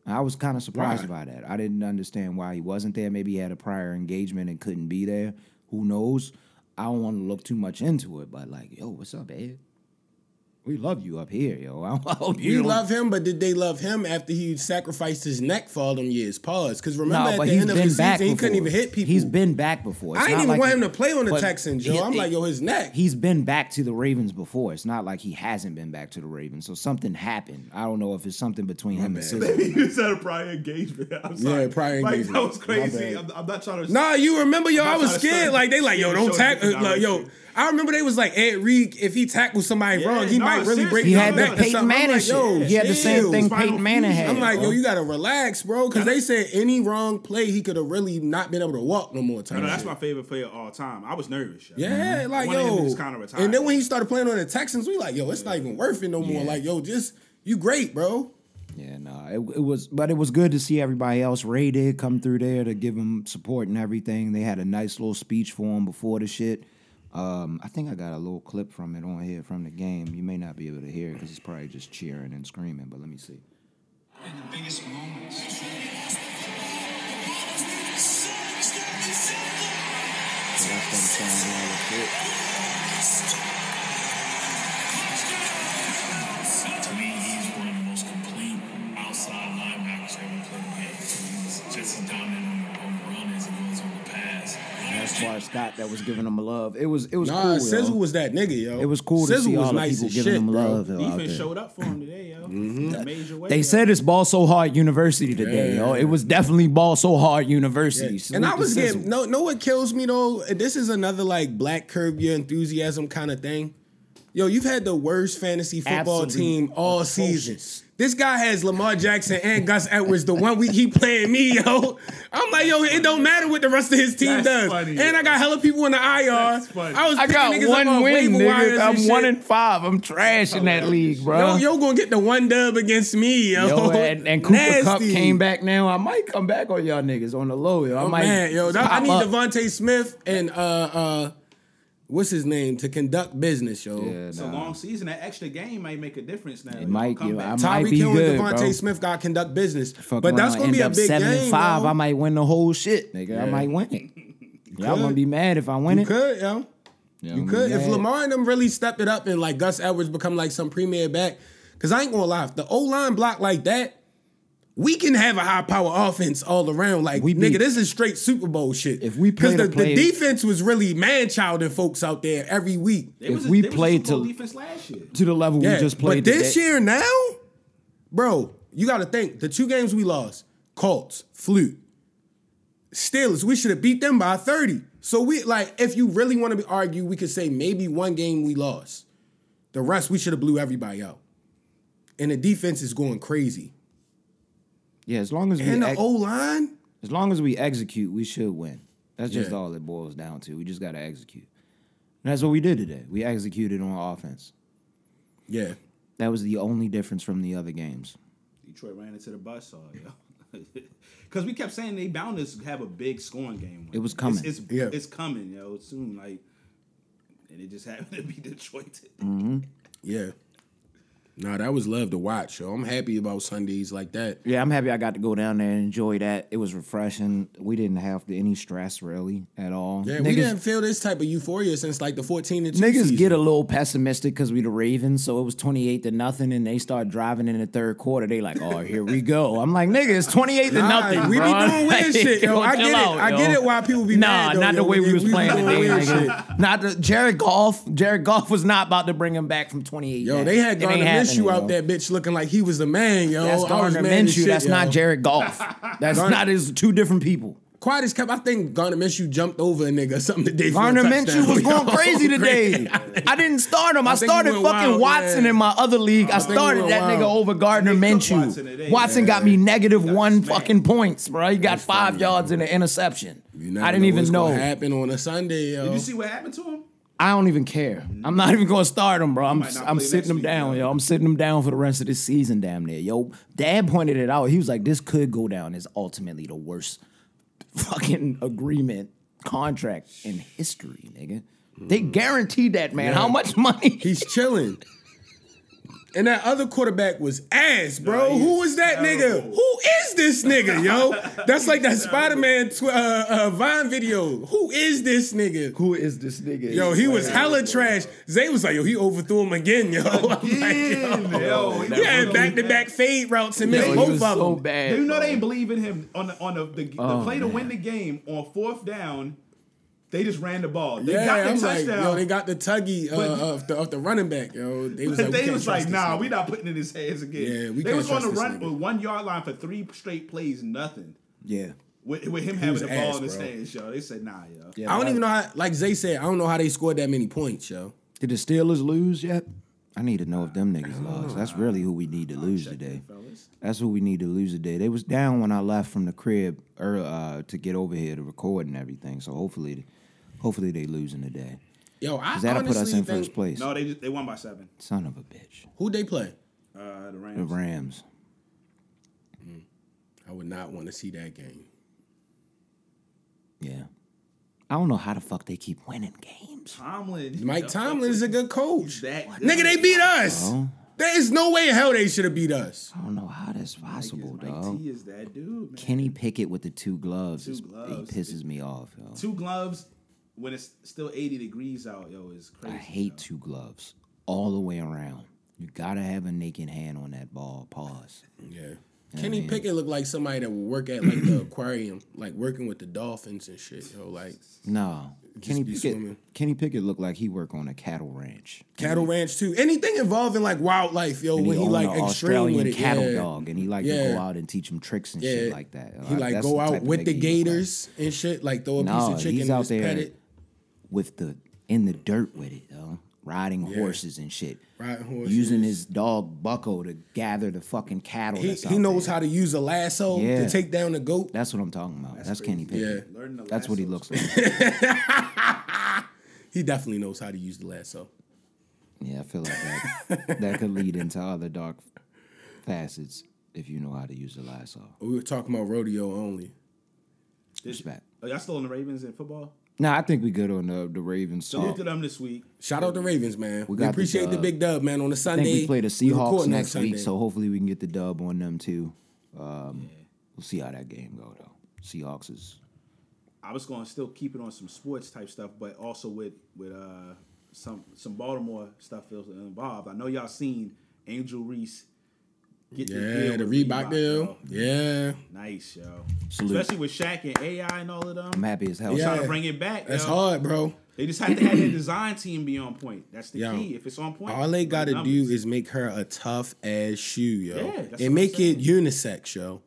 Speaker 6: I was kind of surprised
Speaker 2: Why?
Speaker 6: by that. I didn't understand why he wasn't there. Maybe he had a prior engagement and couldn't be there. Who knows? I don't want to look too much into it, but like, yo, what's up, Ed? we love you up here, yo. I hope you
Speaker 2: We
Speaker 6: don't-
Speaker 2: love him, but did they love him after he sacrificed his neck for all them years? Pause. Because remember
Speaker 6: No,
Speaker 2: at
Speaker 6: but
Speaker 2: the
Speaker 6: he's
Speaker 2: end of the
Speaker 6: been back.
Speaker 2: season, he
Speaker 6: Before.
Speaker 2: couldn't even hit people.
Speaker 6: He's been back before. It's
Speaker 2: I didn't
Speaker 6: not
Speaker 2: even
Speaker 6: like
Speaker 2: want
Speaker 6: he-
Speaker 2: him to play on the
Speaker 6: but
Speaker 2: Texans, yo.
Speaker 6: he-
Speaker 2: I'm like, yo, his neck.
Speaker 6: He's been back to the Ravens before. It's not like he hasn't been back to the Ravens. So something happened. I don't know if it's something between him and SZA.
Speaker 7: you said a prior engagement. I'm sorry.
Speaker 2: prior
Speaker 7: like,
Speaker 2: engagement.
Speaker 7: That was
Speaker 2: My
Speaker 7: crazy.
Speaker 2: bad.
Speaker 7: I'm, I'm not trying to.
Speaker 2: Nah, you remember, yo,
Speaker 7: I'm
Speaker 2: I
Speaker 7: not
Speaker 2: was
Speaker 7: trying to
Speaker 2: scared.
Speaker 7: start-
Speaker 2: Like they like, yo,
Speaker 7: yeah,
Speaker 2: don't
Speaker 7: show a
Speaker 2: tackle.
Speaker 7: different
Speaker 2: Like, yo,
Speaker 7: direction.
Speaker 2: I remember they was like, Ed Reed, if he tackles somebody
Speaker 7: Yeah,
Speaker 2: wrong, he
Speaker 7: nah,
Speaker 2: might really break.
Speaker 7: seriously.
Speaker 6: He
Speaker 7: No,
Speaker 2: his
Speaker 6: had
Speaker 7: no,
Speaker 2: neck
Speaker 6: that
Speaker 2: or
Speaker 6: Peyton
Speaker 2: something. I'm
Speaker 6: Manning
Speaker 2: like,
Speaker 6: shit.
Speaker 2: yo,
Speaker 6: He had the same
Speaker 2: chill.
Speaker 6: thing
Speaker 7: Spinal
Speaker 6: Peyton Manning
Speaker 7: fusion.
Speaker 6: had.
Speaker 2: I'm like,
Speaker 6: bro.
Speaker 2: yo, you gotta relax, bro. Cause they said any wrong play, he could have really not been able to walk no more
Speaker 7: No,
Speaker 2: time.
Speaker 7: no, that's my Mm-hmm. favorite player of all time. I was nervous. yo.
Speaker 2: Yeah,
Speaker 7: I
Speaker 2: like
Speaker 7: wanted him to
Speaker 2: yo,
Speaker 7: just kinda retire.
Speaker 2: and then when he started playing on the Texans, we like, yo, it's not even worth it no more.
Speaker 6: Yeah.
Speaker 2: Like, yo, just you great, bro.
Speaker 6: Yeah, no, it, it was, but it was good to see everybody else. Ray did come through there to give him support and everything. They had a nice little speech for him before the shit. Um, I think I got a little clip from it on here from the game. You may not be able to hear it because he's probably just cheering and screaming. But let me see.
Speaker 3: in the biggest moments.
Speaker 6: So that's them saying all this shit.
Speaker 8: To me, he's one of the most complete outside linebackers I ever played against. He's just as dominant on the, on the run as he was on the pass.
Speaker 6: And That's why Scott that was giving him love. It was it was
Speaker 2: Nah,
Speaker 6: cool. yo.
Speaker 2: Sizzle was that nigga, yo.
Speaker 6: it was cool to
Speaker 2: Sizzle
Speaker 6: see all
Speaker 2: was
Speaker 6: the
Speaker 2: nice
Speaker 6: people
Speaker 2: as
Speaker 6: giving
Speaker 2: shit,
Speaker 6: him
Speaker 2: bro.
Speaker 6: love. yo, out
Speaker 7: defense
Speaker 6: there.
Speaker 7: showed up for him today, yo.
Speaker 2: Mm-hmm.
Speaker 7: In a major way.
Speaker 6: They
Speaker 7: yo.
Speaker 6: said it's ball so hard university today, yo. It was definitely ball so hard university.
Speaker 2: And
Speaker 6: Salute
Speaker 2: I
Speaker 6: to
Speaker 2: was
Speaker 6: Sizzle.
Speaker 2: getting no, no. What kills me though, and this is another like black curb your enthusiasm kind of thing. Yo, you've had the worst fantasy football
Speaker 6: Absolute
Speaker 2: team all
Speaker 6: atrocious.
Speaker 2: season. This guy has Lamar Jackson and Gus Edwards. The one week he playing me, yo, I'm like, yo, it don't matter what the rest of his team
Speaker 7: That's
Speaker 2: does.
Speaker 7: funny.
Speaker 2: And I got hella people in the IR.
Speaker 7: That's funny.
Speaker 2: I was
Speaker 6: I
Speaker 2: picking
Speaker 6: got
Speaker 2: niggas up
Speaker 6: one
Speaker 2: on
Speaker 6: win,
Speaker 2: waiver wires
Speaker 6: nigga. I'm
Speaker 2: and
Speaker 6: one
Speaker 2: shit. Oh,
Speaker 6: in five. I'm trash in that league, bro.
Speaker 2: Yo, yo, gonna get the one dub against me, yo.
Speaker 6: Yo, and, and Cooper Cup
Speaker 2: Nasty.
Speaker 6: came back now. I might come back on y'all niggas on the low, yo. I
Speaker 2: Oh
Speaker 6: might.
Speaker 2: man, yo, that, I
Speaker 6: pop
Speaker 2: need
Speaker 6: up.
Speaker 2: Devonte Smith and uh uh, what's his name to conduct business, yo.
Speaker 6: Yeah,
Speaker 7: it's a
Speaker 6: nah.
Speaker 7: long season. That extra game might make a difference now.
Speaker 6: It might,
Speaker 7: Come
Speaker 6: yo.
Speaker 7: back.
Speaker 6: I'm- Might
Speaker 2: Tyreek
Speaker 6: be
Speaker 2: Hill
Speaker 6: good,
Speaker 2: and Devontae
Speaker 6: bro.
Speaker 2: Smith got to conduct business,
Speaker 6: Fuck
Speaker 2: but
Speaker 6: around,
Speaker 2: that's gonna be
Speaker 6: end
Speaker 2: a
Speaker 6: up
Speaker 2: big
Speaker 6: seven
Speaker 2: game.
Speaker 6: And five,
Speaker 2: yo.
Speaker 6: I might win the whole shit, nigga. I might win it. Y'all gonna
Speaker 2: could.
Speaker 6: be mad if I win
Speaker 2: You
Speaker 6: it.
Speaker 2: could, yo. You could if Lamar and them really stepped it up and like Gus Edwards become like some premier back. Because I ain't gonna lie, if the O line block like that, we can have a high power offense all around. Like
Speaker 6: We
Speaker 2: nigga,
Speaker 6: be-
Speaker 2: this is straight Super Bowl shit.
Speaker 6: If we
Speaker 2: because
Speaker 6: played a
Speaker 2: the,
Speaker 6: play-
Speaker 2: the defense was really man childing folks out there every week.
Speaker 7: They was
Speaker 6: if
Speaker 7: a-
Speaker 6: we
Speaker 7: they was a
Speaker 6: played
Speaker 7: Super Bowl
Speaker 6: to-
Speaker 7: defense last year.
Speaker 6: to the level
Speaker 2: Yeah,
Speaker 6: we just played.
Speaker 2: But this
Speaker 6: today.
Speaker 2: year now, bro, you got to think the two games we lost, Colts, fluke, Steelers. We should have beat them by thirty. So we like, if you really want to argue, we could say maybe one game we lost. The rest we should have blew everybody out. And the defense is going crazy.
Speaker 6: yeah, as long as we
Speaker 2: And the
Speaker 6: act-
Speaker 2: O line,
Speaker 6: As long as we execute, we should win. That's just
Speaker 2: Yeah.
Speaker 6: all it boils down to. We just got to execute. And that's what we did today. We executed on offense.
Speaker 2: yeah.
Speaker 6: That was the only difference from the other games.
Speaker 7: Detroit ran into the bus saw, yo. Because we kept saying they bound us to have a big scoring game.
Speaker 6: It was coming.
Speaker 7: It's, it's,
Speaker 2: Yeah.
Speaker 7: it's coming, yo. Soon, like, and it just happened to be Detroit. today.
Speaker 2: Yeah. Nah, that was love to watch, yo. I'm happy about Sundays like that.
Speaker 6: Yeah, I'm happy I got to go down there and enjoy that. It was refreshing. We didn't have the- any stress really at all.
Speaker 2: Yeah,
Speaker 6: niggas,
Speaker 2: we didn't feel this type of euphoria since like the 14 and 2
Speaker 6: niggas
Speaker 2: season.
Speaker 6: get a little pessimistic because we the Ravens, so it was 28 to nothing, and they start driving in the third quarter. They like, oh, here we go. I'm like, nigga, it's 28 to
Speaker 2: Nah,
Speaker 6: nothing.
Speaker 2: We
Speaker 6: bro.
Speaker 2: be doing
Speaker 6: Like,
Speaker 2: weird shit, yo.
Speaker 6: go
Speaker 2: I get
Speaker 6: chill
Speaker 2: it.
Speaker 6: out,
Speaker 2: I
Speaker 6: yo.
Speaker 2: get it. Why people be
Speaker 6: Nah,
Speaker 2: mad, though,
Speaker 6: not the
Speaker 2: yo,
Speaker 6: way we
Speaker 2: nigga.
Speaker 6: was
Speaker 2: be
Speaker 6: playing
Speaker 2: doing
Speaker 6: today.
Speaker 2: weird
Speaker 6: nigga. Not the Jared Goff. Jared Goff was not about to bring him back from 28.
Speaker 2: Yo,
Speaker 6: down.
Speaker 2: they had
Speaker 6: It
Speaker 2: Garner
Speaker 6: ain't
Speaker 2: Minshew
Speaker 6: happening,
Speaker 2: out
Speaker 6: yo.
Speaker 2: that bitch looking like he was the man, yo.
Speaker 6: That's
Speaker 2: I was
Speaker 6: Garner
Speaker 2: mad as
Speaker 6: Minshew.
Speaker 2: shit,
Speaker 6: That's
Speaker 2: yo.
Speaker 6: not Jared Goff. That's
Speaker 2: Garner-
Speaker 6: not his two different people.
Speaker 2: Quiet as kept. I think Garner Minshew jumped over a nigga or something today. for a
Speaker 6: Garner
Speaker 2: touchdown,
Speaker 6: Minshew was
Speaker 2: yo.
Speaker 6: going crazy today. I didn't start him. I,
Speaker 2: think he
Speaker 6: started fucking
Speaker 2: went wild,
Speaker 6: Watson
Speaker 2: yeah.
Speaker 6: in my other league. I,
Speaker 2: think he
Speaker 6: started
Speaker 2: went
Speaker 6: that
Speaker 2: wild.
Speaker 6: nigga over Gardner
Speaker 7: He took
Speaker 6: Minshew. Watson,
Speaker 7: Watson today,
Speaker 6: got me negative
Speaker 7: He got
Speaker 6: one
Speaker 7: smacked.
Speaker 6: fucking points, bro. He got five yards in an interception.
Speaker 2: You never
Speaker 6: I didn't even
Speaker 2: what's gonna
Speaker 6: know.
Speaker 2: happen on a Sunday, yo.
Speaker 7: Did you see what happened to him?
Speaker 6: I don't even care. I'm not even going to start him, bro. I'm
Speaker 7: might not
Speaker 6: I'm
Speaker 7: play
Speaker 6: sitting
Speaker 7: next
Speaker 6: him
Speaker 7: week,
Speaker 6: down,
Speaker 7: bro.
Speaker 6: yo. I'm sitting him down for the rest of this season, damn near. Yo, Dad pointed it out. He was like, "This could go down as ultimately the worst fucking agreement contract in history, nigga." They guaranteed that man. How much money?
Speaker 2: He's chilling. And that other quarterback was ass, bro.
Speaker 7: Nah, he
Speaker 2: Who
Speaker 7: is
Speaker 2: is that nigga?
Speaker 7: terrible.
Speaker 2: Who is this nigga, yo? That's like that Spider Man tw- uh, uh, Vine video. Who is this nigga?
Speaker 6: Who is this nigga?
Speaker 2: Yo, he was hella trash. Zay was like, yo, he overthrew him again, yo. I'm like,
Speaker 7: Again,
Speaker 2: yo.
Speaker 7: yo, he
Speaker 2: He had
Speaker 7: was
Speaker 2: back to back fade routes and
Speaker 6: Yo,
Speaker 2: missed
Speaker 6: he
Speaker 2: both
Speaker 6: was
Speaker 2: of
Speaker 6: so
Speaker 2: them.
Speaker 6: bad.
Speaker 7: You know
Speaker 6: bro.
Speaker 7: they ain't believe in him on the on the, the, the
Speaker 6: Oh,
Speaker 7: play to
Speaker 6: man.
Speaker 7: win the game on fourth down. They just ran the ball. They
Speaker 2: Yeah,
Speaker 7: got the
Speaker 2: I'm like,
Speaker 7: touchdown.
Speaker 2: yo, they got the tuggy uh,
Speaker 7: But-
Speaker 2: of, the, of the running back, yo. They was
Speaker 7: But
Speaker 2: like, we
Speaker 7: they
Speaker 2: can't
Speaker 7: was
Speaker 2: trust
Speaker 7: like,
Speaker 2: this
Speaker 7: nah,
Speaker 2: nigga."
Speaker 7: we not putting in his hands again.
Speaker 2: Yeah, we
Speaker 7: they
Speaker 2: can't
Speaker 7: was on
Speaker 2: trust
Speaker 7: the
Speaker 2: this
Speaker 7: run
Speaker 2: nigga.
Speaker 7: one yard line for three straight plays, nothing.
Speaker 6: Yeah.
Speaker 7: With, with him having
Speaker 2: was
Speaker 7: the ball
Speaker 2: ass,
Speaker 7: in his
Speaker 2: bro.
Speaker 7: hands, yo. They said, nah, yo.
Speaker 6: yeah.
Speaker 2: I don't
Speaker 6: that-
Speaker 2: even know how, like Zay said, I don't know how they scored that many points, yo.
Speaker 6: Did the Steelers lose yet? I need to know if them niggas lost. That's really who we need to lose today. That's who we need to lose today. They was down when I left from the crib ear- uh, to get over here to record and everything. So hopefully, hopefully they losing today.
Speaker 2: Yo, I
Speaker 6: Cause that'll
Speaker 2: honestly
Speaker 6: put us in
Speaker 2: think,
Speaker 6: first place.
Speaker 7: No, they just, they won by seven.
Speaker 6: Son of a bitch.
Speaker 2: Who'd they play?
Speaker 7: Uh, the
Speaker 6: The
Speaker 7: Rams.
Speaker 6: Rams.
Speaker 2: I would not want to see that game.
Speaker 6: Yeah. I don't know how the fuck they keep winning games.
Speaker 7: Tomlin.
Speaker 2: Mike
Speaker 7: yo,
Speaker 2: Tomlin is a good coach.
Speaker 7: that
Speaker 2: Nigga, they beat us.
Speaker 6: Oh.
Speaker 2: There is no way in hell they should have beat us.
Speaker 6: I don't know how that's possible,
Speaker 7: Mike T
Speaker 6: dog.
Speaker 7: is that dude, man.
Speaker 6: Kenny Pickett with the two gloves.
Speaker 7: Two
Speaker 6: is-
Speaker 7: gloves.
Speaker 6: He pisses me off, yo.
Speaker 7: Two gloves when it's still 80 degrees out, yo, is
Speaker 6: I
Speaker 7: crazy.
Speaker 6: hate
Speaker 7: yo.
Speaker 6: two gloves all the way around. You gotta have a naked hand on that ball. Pause.
Speaker 2: Yeah. Kenny Pickett looked like somebody that would work at like the aquarium, like working with the dolphins and shit. Yo, like
Speaker 6: No, Kenny
Speaker 2: be
Speaker 6: Pickett.
Speaker 2: swimming.
Speaker 6: Kenny Pickett looked like he work on a cattle ranch.
Speaker 2: cattle ranch too. Anything involving like wildlife, yo,
Speaker 6: Mm-hmm. And
Speaker 2: when
Speaker 6: he,
Speaker 2: he
Speaker 6: own
Speaker 2: like
Speaker 6: a
Speaker 2: extreme
Speaker 6: Australian
Speaker 2: with it,
Speaker 6: cattle
Speaker 2: yeah.
Speaker 6: dog, and he like to
Speaker 2: Yeah.
Speaker 6: go out and teach him tricks and shit like that.
Speaker 2: He
Speaker 6: Uh,
Speaker 2: like
Speaker 6: that's
Speaker 2: go
Speaker 6: type
Speaker 2: out
Speaker 6: of
Speaker 2: with
Speaker 6: nigga
Speaker 2: the
Speaker 6: he look like.
Speaker 2: gators and shit, like throw a
Speaker 6: No,
Speaker 2: piece of chicken
Speaker 6: he's
Speaker 2: and
Speaker 6: out
Speaker 2: just
Speaker 6: there
Speaker 2: pet it.
Speaker 6: with the in the dirt with it, though. Riding horses and shit.
Speaker 2: Riding
Speaker 6: Using
Speaker 2: horses.
Speaker 6: his dog Bucko to gather the fucking cattle.
Speaker 2: He,
Speaker 6: that's
Speaker 2: he
Speaker 6: out
Speaker 2: knows
Speaker 6: there.
Speaker 2: how to use a lasso
Speaker 6: Yeah.
Speaker 2: to take down a goat.
Speaker 6: That's what I'm talking about. That's, Kenny Pickett.
Speaker 2: Yeah.
Speaker 7: Learning the
Speaker 6: That's what he
Speaker 7: lassos.
Speaker 6: looks like.
Speaker 2: He definitely knows how to use the lasso.
Speaker 6: Yeah, I feel like that that could lead into other dark facets if you know how to use the lasso.
Speaker 2: We were talking about rodeo only.
Speaker 6: Respect.
Speaker 7: Are Oh, y'all still on the Ravens in football?
Speaker 6: No, I think we good on the the Ravens.
Speaker 7: So look
Speaker 6: talk.
Speaker 7: to them this week.
Speaker 2: Shout out to Ravens, man. We,
Speaker 6: got the
Speaker 2: appreciate the,
Speaker 6: dub.
Speaker 2: big dub, man. On a
Speaker 6: I
Speaker 2: Sunday,
Speaker 6: think we play the
Speaker 2: we
Speaker 6: Seahawks
Speaker 2: recording on
Speaker 6: next week,
Speaker 2: Sunday.
Speaker 6: so hopefully we can get the dub on them too. Um, We'll see how that game go though. Seahawks is
Speaker 7: I was going to still keep it on some sports type stuff, but also with with uh some some Baltimore stuff feels involved. I know y'all seen Angel Reese get
Speaker 2: yeah, the
Speaker 7: with
Speaker 2: Reebok deal.
Speaker 7: yo.
Speaker 2: Yeah,
Speaker 7: Nice, yo.
Speaker 6: Salute.
Speaker 7: Especially with Shaq and AI and all of them.
Speaker 6: I'm happy as hell.
Speaker 2: Yeah.
Speaker 7: Trying to bring it back.
Speaker 2: that's
Speaker 7: yo.
Speaker 2: hard, bro.
Speaker 7: They just have to have their design team be on point. That's the
Speaker 2: Yo.
Speaker 7: key. If it's on point,
Speaker 2: All they
Speaker 7: with the
Speaker 2: gotta do
Speaker 7: numbers.
Speaker 2: is make her a tough ass shoe, yo,
Speaker 7: Yeah, that's what
Speaker 2: and
Speaker 7: I'm
Speaker 2: make it unisex, yo.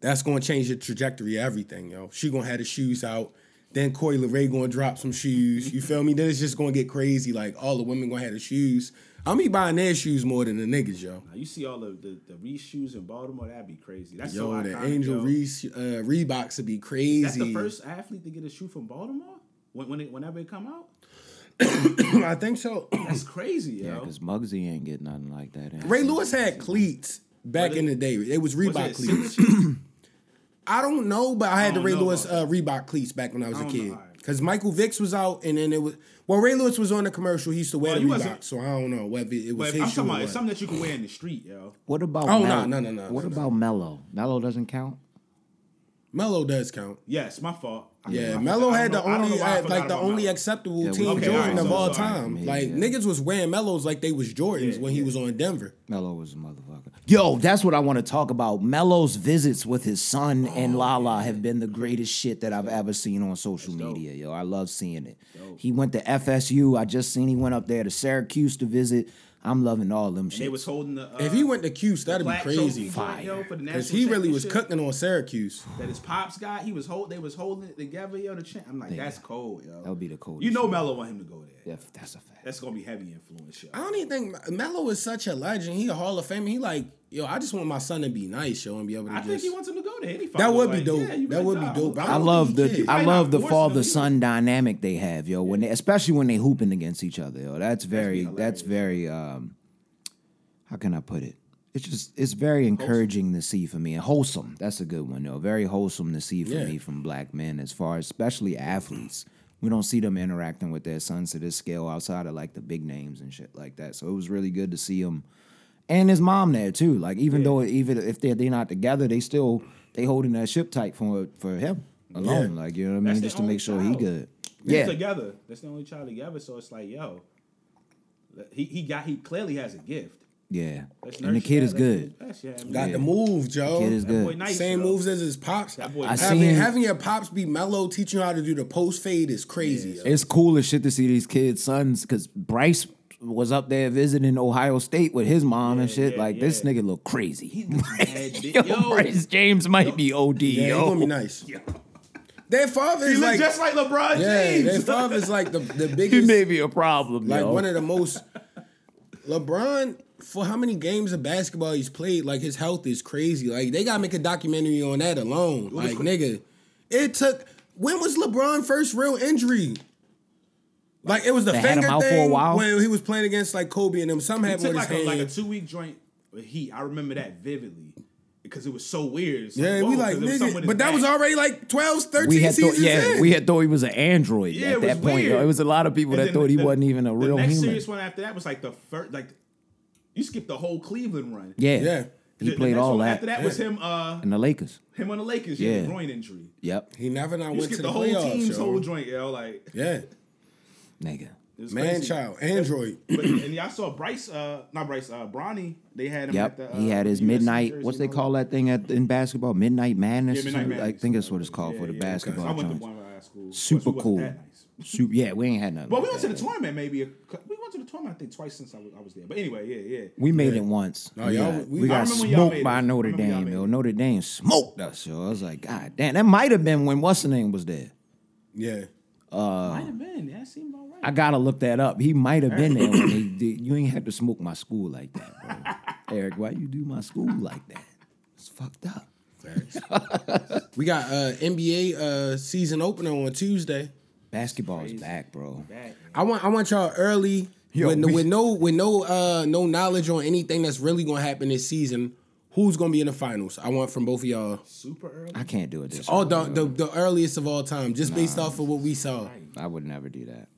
Speaker 2: That's gonna change the trajectory of everything, yo. She gonna have the shoes out. Then Corey LeRae gonna drop some shoes. You feel me? Then it's just gonna get crazy. Like all the women gonna have the shoes. I'm be buying their shoes more than the niggas, yo.
Speaker 7: Now, you see all of the, the Reese shoes in Baltimore, that'd be crazy. That's
Speaker 2: Yo,
Speaker 7: so
Speaker 2: the
Speaker 7: iconic,
Speaker 2: Angel
Speaker 7: yo.
Speaker 2: Reese uh, Reeboks would be crazy.
Speaker 7: That's the first athlete to get a shoe from Baltimore when, when it, whenever it come out.
Speaker 2: I think so.
Speaker 7: That's crazy, yo.
Speaker 6: Yeah, because Muggsy ain't get nothing like that. in-
Speaker 2: Ray Lewis had cleats back
Speaker 7: Were they-
Speaker 2: in the day. It was
Speaker 7: Was
Speaker 2: Reebok
Speaker 7: it
Speaker 2: cleats.
Speaker 7: signature?
Speaker 2: I don't know, but I had the
Speaker 7: don't
Speaker 2: Ray
Speaker 7: know
Speaker 2: Lewis
Speaker 7: about
Speaker 2: uh, Reebok cleats back when I was a
Speaker 7: don't
Speaker 2: kid.
Speaker 7: know. Alright.
Speaker 2: Because Michael Vicks was out, and then it was well, Ray Lewis was on the commercial. He used to wear
Speaker 7: Well,
Speaker 2: the
Speaker 7: he
Speaker 2: Reebok,
Speaker 7: wasn't-
Speaker 2: so I don't know whether it was
Speaker 7: but
Speaker 2: his
Speaker 7: I'm
Speaker 2: shoe.
Speaker 7: talking
Speaker 2: or
Speaker 7: about
Speaker 2: what.
Speaker 7: it's something that you can wear in the street, yo.
Speaker 6: What about?
Speaker 2: Oh,
Speaker 6: Mel-
Speaker 2: no, no, no, no,
Speaker 6: What
Speaker 2: no, no.
Speaker 6: about Mello? Mello doesn't count.
Speaker 2: Melo does count.
Speaker 7: Yes, my fault. I mean, I
Speaker 2: Yeah,
Speaker 7: forgot-
Speaker 2: Melo
Speaker 7: I don't
Speaker 2: had the
Speaker 7: know- I don't
Speaker 2: only
Speaker 7: know why I
Speaker 2: had,
Speaker 7: forgot
Speaker 2: like the
Speaker 7: about
Speaker 2: only
Speaker 7: Melo.
Speaker 2: acceptable
Speaker 6: Yeah, we-
Speaker 2: team
Speaker 7: okay,
Speaker 2: Jordan
Speaker 7: alright,
Speaker 2: of
Speaker 7: so-
Speaker 2: all
Speaker 7: so, alright,
Speaker 2: time.
Speaker 6: yeah,
Speaker 2: like
Speaker 6: yeah.
Speaker 2: niggas was wearing Melos like they was Jordans when he was on Denver.
Speaker 6: Mello was a motherfucker. Yo, that's what I want to talk about. Mello's visits with his son and Lala have been the greatest shit that I've ever seen on social media. Yo, I love seeing it. He went to FSU. I just seen he went up there to Syracuse to visit. I'm loving all them
Speaker 7: They
Speaker 6: shit.
Speaker 7: was holding the. Uh,
Speaker 2: If he went to Cuse, that'd be
Speaker 7: black
Speaker 2: crazy.
Speaker 7: trophy joint, yo, for the
Speaker 2: Because
Speaker 7: national
Speaker 2: he really was
Speaker 7: championship
Speaker 2: cooking on Syracuse.
Speaker 7: That his pops got. He was hold. They was holding it together, yo. The champ. I'm like, that's cold, yo.
Speaker 6: That would be the coldest.
Speaker 7: You know,
Speaker 6: shit.
Speaker 7: Melo want him to go there.
Speaker 6: Yeah, that's a fact.
Speaker 7: That's gonna be heavy influence, yo.
Speaker 2: I don't even think Melo is such a legend. He a Hall of Famer. He like, yo, I just want my son to be nice, yo, and be able to
Speaker 7: I
Speaker 2: just.
Speaker 7: think he wants him to go there. Any
Speaker 2: that
Speaker 7: father
Speaker 2: would
Speaker 7: was
Speaker 2: be
Speaker 7: like,
Speaker 2: dope.
Speaker 7: yeah, you
Speaker 2: that
Speaker 7: right,
Speaker 2: would be
Speaker 7: nah,
Speaker 2: dope.
Speaker 7: I
Speaker 2: I,
Speaker 6: I
Speaker 2: don't
Speaker 6: love
Speaker 2: think
Speaker 6: the
Speaker 2: he can.
Speaker 6: I
Speaker 7: Might
Speaker 6: love
Speaker 7: not
Speaker 6: the
Speaker 7: force
Speaker 6: father
Speaker 7: them to
Speaker 6: son dynamic they have, yo. When they, especially when they hooping against each other, yo. That's very
Speaker 7: hilarious.
Speaker 6: that's very um how can I put it? It's just it's very encouraging to see for me and wholesome. That's a good one, though. Very wholesome to see for
Speaker 2: Yeah.
Speaker 6: me from black men as far as especially athletes. We don't see them interacting with their sons to this scale outside of like the big names and shit like that. So it was really good to see them and his mom there too. Like even though even if they're they not together, they still they holding that ship tight for for him alone. Like you know what I mean,
Speaker 7: That's their
Speaker 6: just to make
Speaker 7: only
Speaker 6: sure he
Speaker 7: child.
Speaker 6: good.
Speaker 7: They're
Speaker 6: Yeah,
Speaker 7: together. That's the only child together. So it's like, yo, he he got he clearly has a gift.
Speaker 6: yeah.
Speaker 7: Let's
Speaker 6: And the
Speaker 7: nurture
Speaker 6: kid
Speaker 7: that.
Speaker 6: is
Speaker 7: Let's
Speaker 6: good.
Speaker 7: do- That's, yeah, I mean,
Speaker 2: Got
Speaker 7: yeah.
Speaker 2: the move, Joe.
Speaker 6: Kid is
Speaker 7: That boy
Speaker 6: good.
Speaker 7: nice,
Speaker 2: Same
Speaker 7: yo.
Speaker 2: moves as his pops.
Speaker 7: That boy
Speaker 6: I
Speaker 7: nice.
Speaker 2: having,
Speaker 6: seen-
Speaker 2: having your pops be mellow, teaching you how to do the post fade is crazy. yo.
Speaker 6: It's cool as shit to see these kids' sons because Bryce was up there visiting Ohio State with his mom and shit.
Speaker 7: yeah,
Speaker 6: like this
Speaker 7: yeah.
Speaker 6: nigga look crazy.
Speaker 7: mad big-
Speaker 6: yo,
Speaker 7: yo.
Speaker 6: Bryce James might be OD.
Speaker 2: Yeah, he
Speaker 6: yo.
Speaker 2: gonna be nice. Their father
Speaker 7: He
Speaker 2: is
Speaker 7: look
Speaker 2: like,
Speaker 7: just like LeBron
Speaker 2: yeah, their
Speaker 7: James.
Speaker 2: father is like the the
Speaker 6: He
Speaker 2: biggest,
Speaker 6: may be a problem,
Speaker 2: like
Speaker 6: yo.
Speaker 2: one of the most. LeBron, for how many games of basketball he's played, like his health is crazy. Like they gotta make a documentary on that alone. Like nigga, it took. When was LeBron first real injury? Like it was the
Speaker 6: They had him
Speaker 2: finger
Speaker 6: out for a
Speaker 2: thing
Speaker 6: while?
Speaker 2: when he was playing against like Kobe and them. Some
Speaker 7: He
Speaker 2: had
Speaker 7: took
Speaker 2: with his
Speaker 7: like a,
Speaker 2: hand.
Speaker 7: like a two week joint with Heat. I remember that vividly because it was so weird. It's
Speaker 2: yeah,
Speaker 7: whoa,
Speaker 2: we like
Speaker 7: 'cause it was something
Speaker 2: nigga, but
Speaker 7: with his
Speaker 2: that was
Speaker 7: back.
Speaker 2: already like 12, 13
Speaker 6: we had thought,
Speaker 2: seasons
Speaker 6: yeah,
Speaker 2: in.
Speaker 6: we had thought he was an android
Speaker 7: Yeah,
Speaker 6: at
Speaker 7: it was
Speaker 6: that point.
Speaker 7: weird.
Speaker 6: Yo. It was a lot of people
Speaker 7: And
Speaker 6: that
Speaker 7: then
Speaker 6: thought
Speaker 7: the-
Speaker 6: he
Speaker 7: the-
Speaker 6: wasn't even a real
Speaker 7: The next
Speaker 6: human.
Speaker 7: serious one after that was like the first, like you skipped the whole Cleveland run.
Speaker 6: yeah,
Speaker 2: Yeah.
Speaker 6: he
Speaker 7: The- the
Speaker 6: played
Speaker 7: next
Speaker 6: all
Speaker 7: one
Speaker 6: that.
Speaker 7: After that was him, uh,
Speaker 6: and the Lakers.
Speaker 7: him on the Lakers. Yeah,
Speaker 6: Yeah.
Speaker 7: groin injury.
Speaker 6: Yep,
Speaker 2: He never not
Speaker 7: You
Speaker 2: went to
Speaker 7: skipped
Speaker 2: the,
Speaker 7: the whole
Speaker 2: playoffs.
Speaker 7: team's
Speaker 2: yo.
Speaker 7: whole joint, yo. Like
Speaker 2: Yeah,
Speaker 6: nigga.
Speaker 7: it was
Speaker 2: man,
Speaker 7: crazy.
Speaker 2: child, android.
Speaker 7: But, and y'all saw Bryce, uh, not Bryce, uh, Bronny. They had him.
Speaker 6: Yep,
Speaker 7: at the, uh,
Speaker 6: he had his
Speaker 7: USC
Speaker 6: midnight.
Speaker 7: jersey
Speaker 6: What's they
Speaker 7: and all
Speaker 6: call that thing at in basketball? Midnight madness.
Speaker 7: Yeah,
Speaker 6: or
Speaker 7: Midnight
Speaker 6: something?
Speaker 7: Madness.
Speaker 6: I think that's what it's called for the
Speaker 7: Yeah, yeah, okay.
Speaker 6: basketball.
Speaker 7: I went to
Speaker 6: joints.
Speaker 7: one of high school.
Speaker 6: Super
Speaker 7: Plus, we wasn't
Speaker 6: cool.
Speaker 7: that nice.
Speaker 6: Super, yeah, we ain't had nothing.
Speaker 7: But we
Speaker 6: like
Speaker 7: went to
Speaker 6: that.
Speaker 7: the tournament maybe. a cou- We went to the tournament I think twice since I was, I was there. But anyway, yeah, yeah. Oh,
Speaker 6: We made it once.
Speaker 2: No,
Speaker 6: we
Speaker 2: y'all-
Speaker 6: got,
Speaker 2: we-
Speaker 6: we,
Speaker 2: I
Speaker 6: got
Speaker 7: remember when y'all
Speaker 6: smoked
Speaker 7: made
Speaker 6: by
Speaker 7: it.
Speaker 6: Notre
Speaker 7: Remember y'all
Speaker 6: Dame,
Speaker 7: made
Speaker 6: yo.
Speaker 7: it.
Speaker 6: Notre Dame smoked us, yo. I was like, God damn, that might have been when what's the name was there.
Speaker 2: Yeah,
Speaker 6: Uh,
Speaker 7: Might have been. That seemed all right.
Speaker 6: I gotta look that up. He might have been there when they did. You ain't had to smoke my school like that, bro. Eric, why you do my school like that? It's fucked up.
Speaker 2: we got uh, NBA uh, season opener on Tuesday.
Speaker 6: Basketball is back, bro.
Speaker 2: I want I want y'all early
Speaker 6: Yo,
Speaker 2: with,
Speaker 6: we-
Speaker 2: with no with no uh, no knowledge on anything that's really gonna happen this season. Who's gonna be in the finals? I want from both of y'all.
Speaker 7: Super early.
Speaker 6: I can't do it this.
Speaker 2: Oh,
Speaker 6: early,
Speaker 2: the the,
Speaker 6: bro.
Speaker 2: the earliest of all time, just based off of what we saw.
Speaker 6: I would never do that.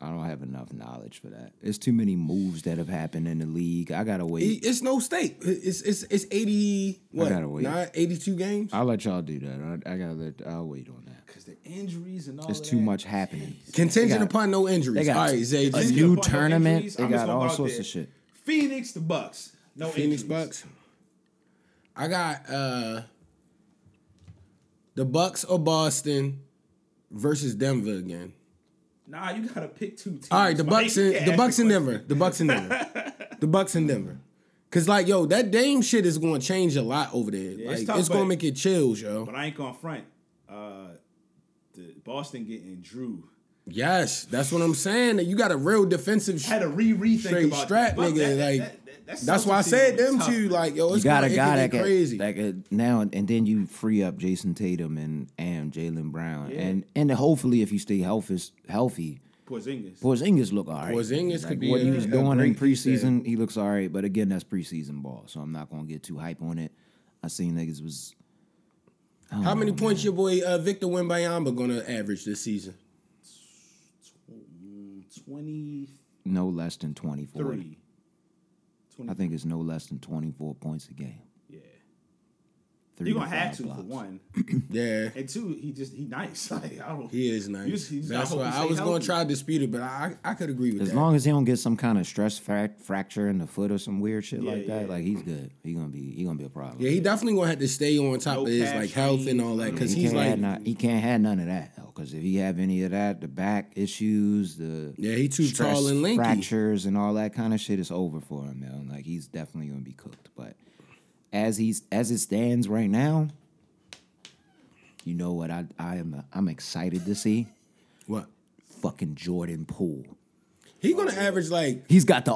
Speaker 6: I don't have enough knowledge for that. It's too many moves that have happened in the league. I gotta
Speaker 2: It-
Speaker 6: wait.
Speaker 2: It's no stake. It- It's it's it's eighty what
Speaker 6: gotta wait.
Speaker 2: not eighty two games.
Speaker 6: I'll let y'all do that. I, I gotta let. I'll wait on that.
Speaker 7: Because the injuries and all
Speaker 6: It's
Speaker 7: of
Speaker 6: too
Speaker 7: that.
Speaker 6: much happening.
Speaker 2: Contingent
Speaker 6: They got-
Speaker 2: upon no injuries.
Speaker 6: They got
Speaker 2: all right, Zay.
Speaker 6: a
Speaker 2: just-
Speaker 6: new
Speaker 7: Contingent upon no
Speaker 6: tournament.
Speaker 7: injuries,
Speaker 6: they
Speaker 7: I'm just
Speaker 6: got
Speaker 7: gonna
Speaker 6: all
Speaker 7: go out
Speaker 6: sorts
Speaker 7: there.
Speaker 6: of shit.
Speaker 7: Phoenix, the Bucks. No
Speaker 2: Phoenix
Speaker 7: injuries.
Speaker 2: Bucks. I got uh the Bucks or Boston versus Denver again.
Speaker 7: Nah, you gotta pick two teams.
Speaker 2: All right, the Bucks
Speaker 7: Mike.
Speaker 2: in
Speaker 7: Yeah,
Speaker 2: the Bucks in
Speaker 7: but-
Speaker 2: Denver. The Bucks in Denver. the Bucks in Denver. Cause like yo, that Dame shit is gonna change a lot over there.
Speaker 7: it's
Speaker 2: like
Speaker 7: tough,
Speaker 2: it's gonna
Speaker 7: but-
Speaker 2: make it chills, yo.
Speaker 7: But I ain't gonna front. Uh, the Boston getting Drew.
Speaker 2: Yes, that's what I'm saying. That you got a real defensive. Sh-
Speaker 7: Had a re rethink
Speaker 2: Straight
Speaker 7: about
Speaker 2: strap,
Speaker 7: that. But
Speaker 2: nigga, like,
Speaker 7: that
Speaker 2: that's why I
Speaker 7: Celtics team
Speaker 2: said
Speaker 7: was
Speaker 2: them
Speaker 7: tough,
Speaker 2: two.
Speaker 7: man.
Speaker 2: Like yo,
Speaker 6: You
Speaker 2: Oh, it's
Speaker 6: got
Speaker 2: gonna,
Speaker 6: a
Speaker 2: it
Speaker 6: guy
Speaker 2: can get
Speaker 6: that can-
Speaker 2: crazy.
Speaker 6: that can- now, and then you free up Jason Tatum and and Jalen Brown,
Speaker 7: Yeah.
Speaker 6: and and hopefully if he stay healthy, healthy,
Speaker 7: Porzingis.
Speaker 6: Porzingis look all right.
Speaker 2: Porzingis
Speaker 6: like
Speaker 2: could be
Speaker 6: what he
Speaker 2: a-
Speaker 6: was
Speaker 2: a
Speaker 6: doing in
Speaker 2: great piece there.
Speaker 6: preseason. He looks all right, but again, that's preseason ball, so I'm not gonna get too hype on it. I seen niggas was
Speaker 2: How many points your boy uh, Victor Wembanyama gonna average this season?
Speaker 7: Mm, Twenty
Speaker 6: no less than 24.
Speaker 7: three.
Speaker 6: I think it's no less than 24 points a game.
Speaker 7: Yeah.
Speaker 6: Three
Speaker 7: You're gonna
Speaker 6: to
Speaker 7: have
Speaker 6: five
Speaker 7: to for
Speaker 6: blocks.
Speaker 7: one.
Speaker 2: Yeah,
Speaker 7: And two, he just he nice. Like, I don't,
Speaker 2: he is
Speaker 7: You
Speaker 2: nice.
Speaker 7: just- you just-
Speaker 2: That's
Speaker 7: hope
Speaker 2: why I
Speaker 7: he stay
Speaker 2: was gonna
Speaker 7: healthy.
Speaker 2: try to dispute it, but I I could agree with
Speaker 6: As
Speaker 2: that.
Speaker 6: long as he don't get some kind of stress frac- fracture in the foot or some weird shit
Speaker 7: Yeah,
Speaker 6: like that,
Speaker 7: yeah.
Speaker 6: like he's good. He gonna be he gonna be a problem.
Speaker 2: yeah, he definitely gonna have to stay on top
Speaker 7: No
Speaker 2: of his
Speaker 7: cash
Speaker 2: like health and all that
Speaker 7: fees,
Speaker 2: because
Speaker 6: he
Speaker 2: he's
Speaker 6: can't
Speaker 2: like
Speaker 6: have not, he can't have none of that because if he have any of that, the back issues, the
Speaker 2: Yeah, he too
Speaker 6: stress
Speaker 2: tall and lanky.
Speaker 6: fractures and all that kind of shit is over for him, man. Like he's definitely gonna be cooked. But as he's as it stands right now, you know what I I am I'm excited to see
Speaker 2: what
Speaker 6: fucking Jordan Poole.
Speaker 2: he gonna
Speaker 7: Oh.
Speaker 2: average like.
Speaker 6: He's got the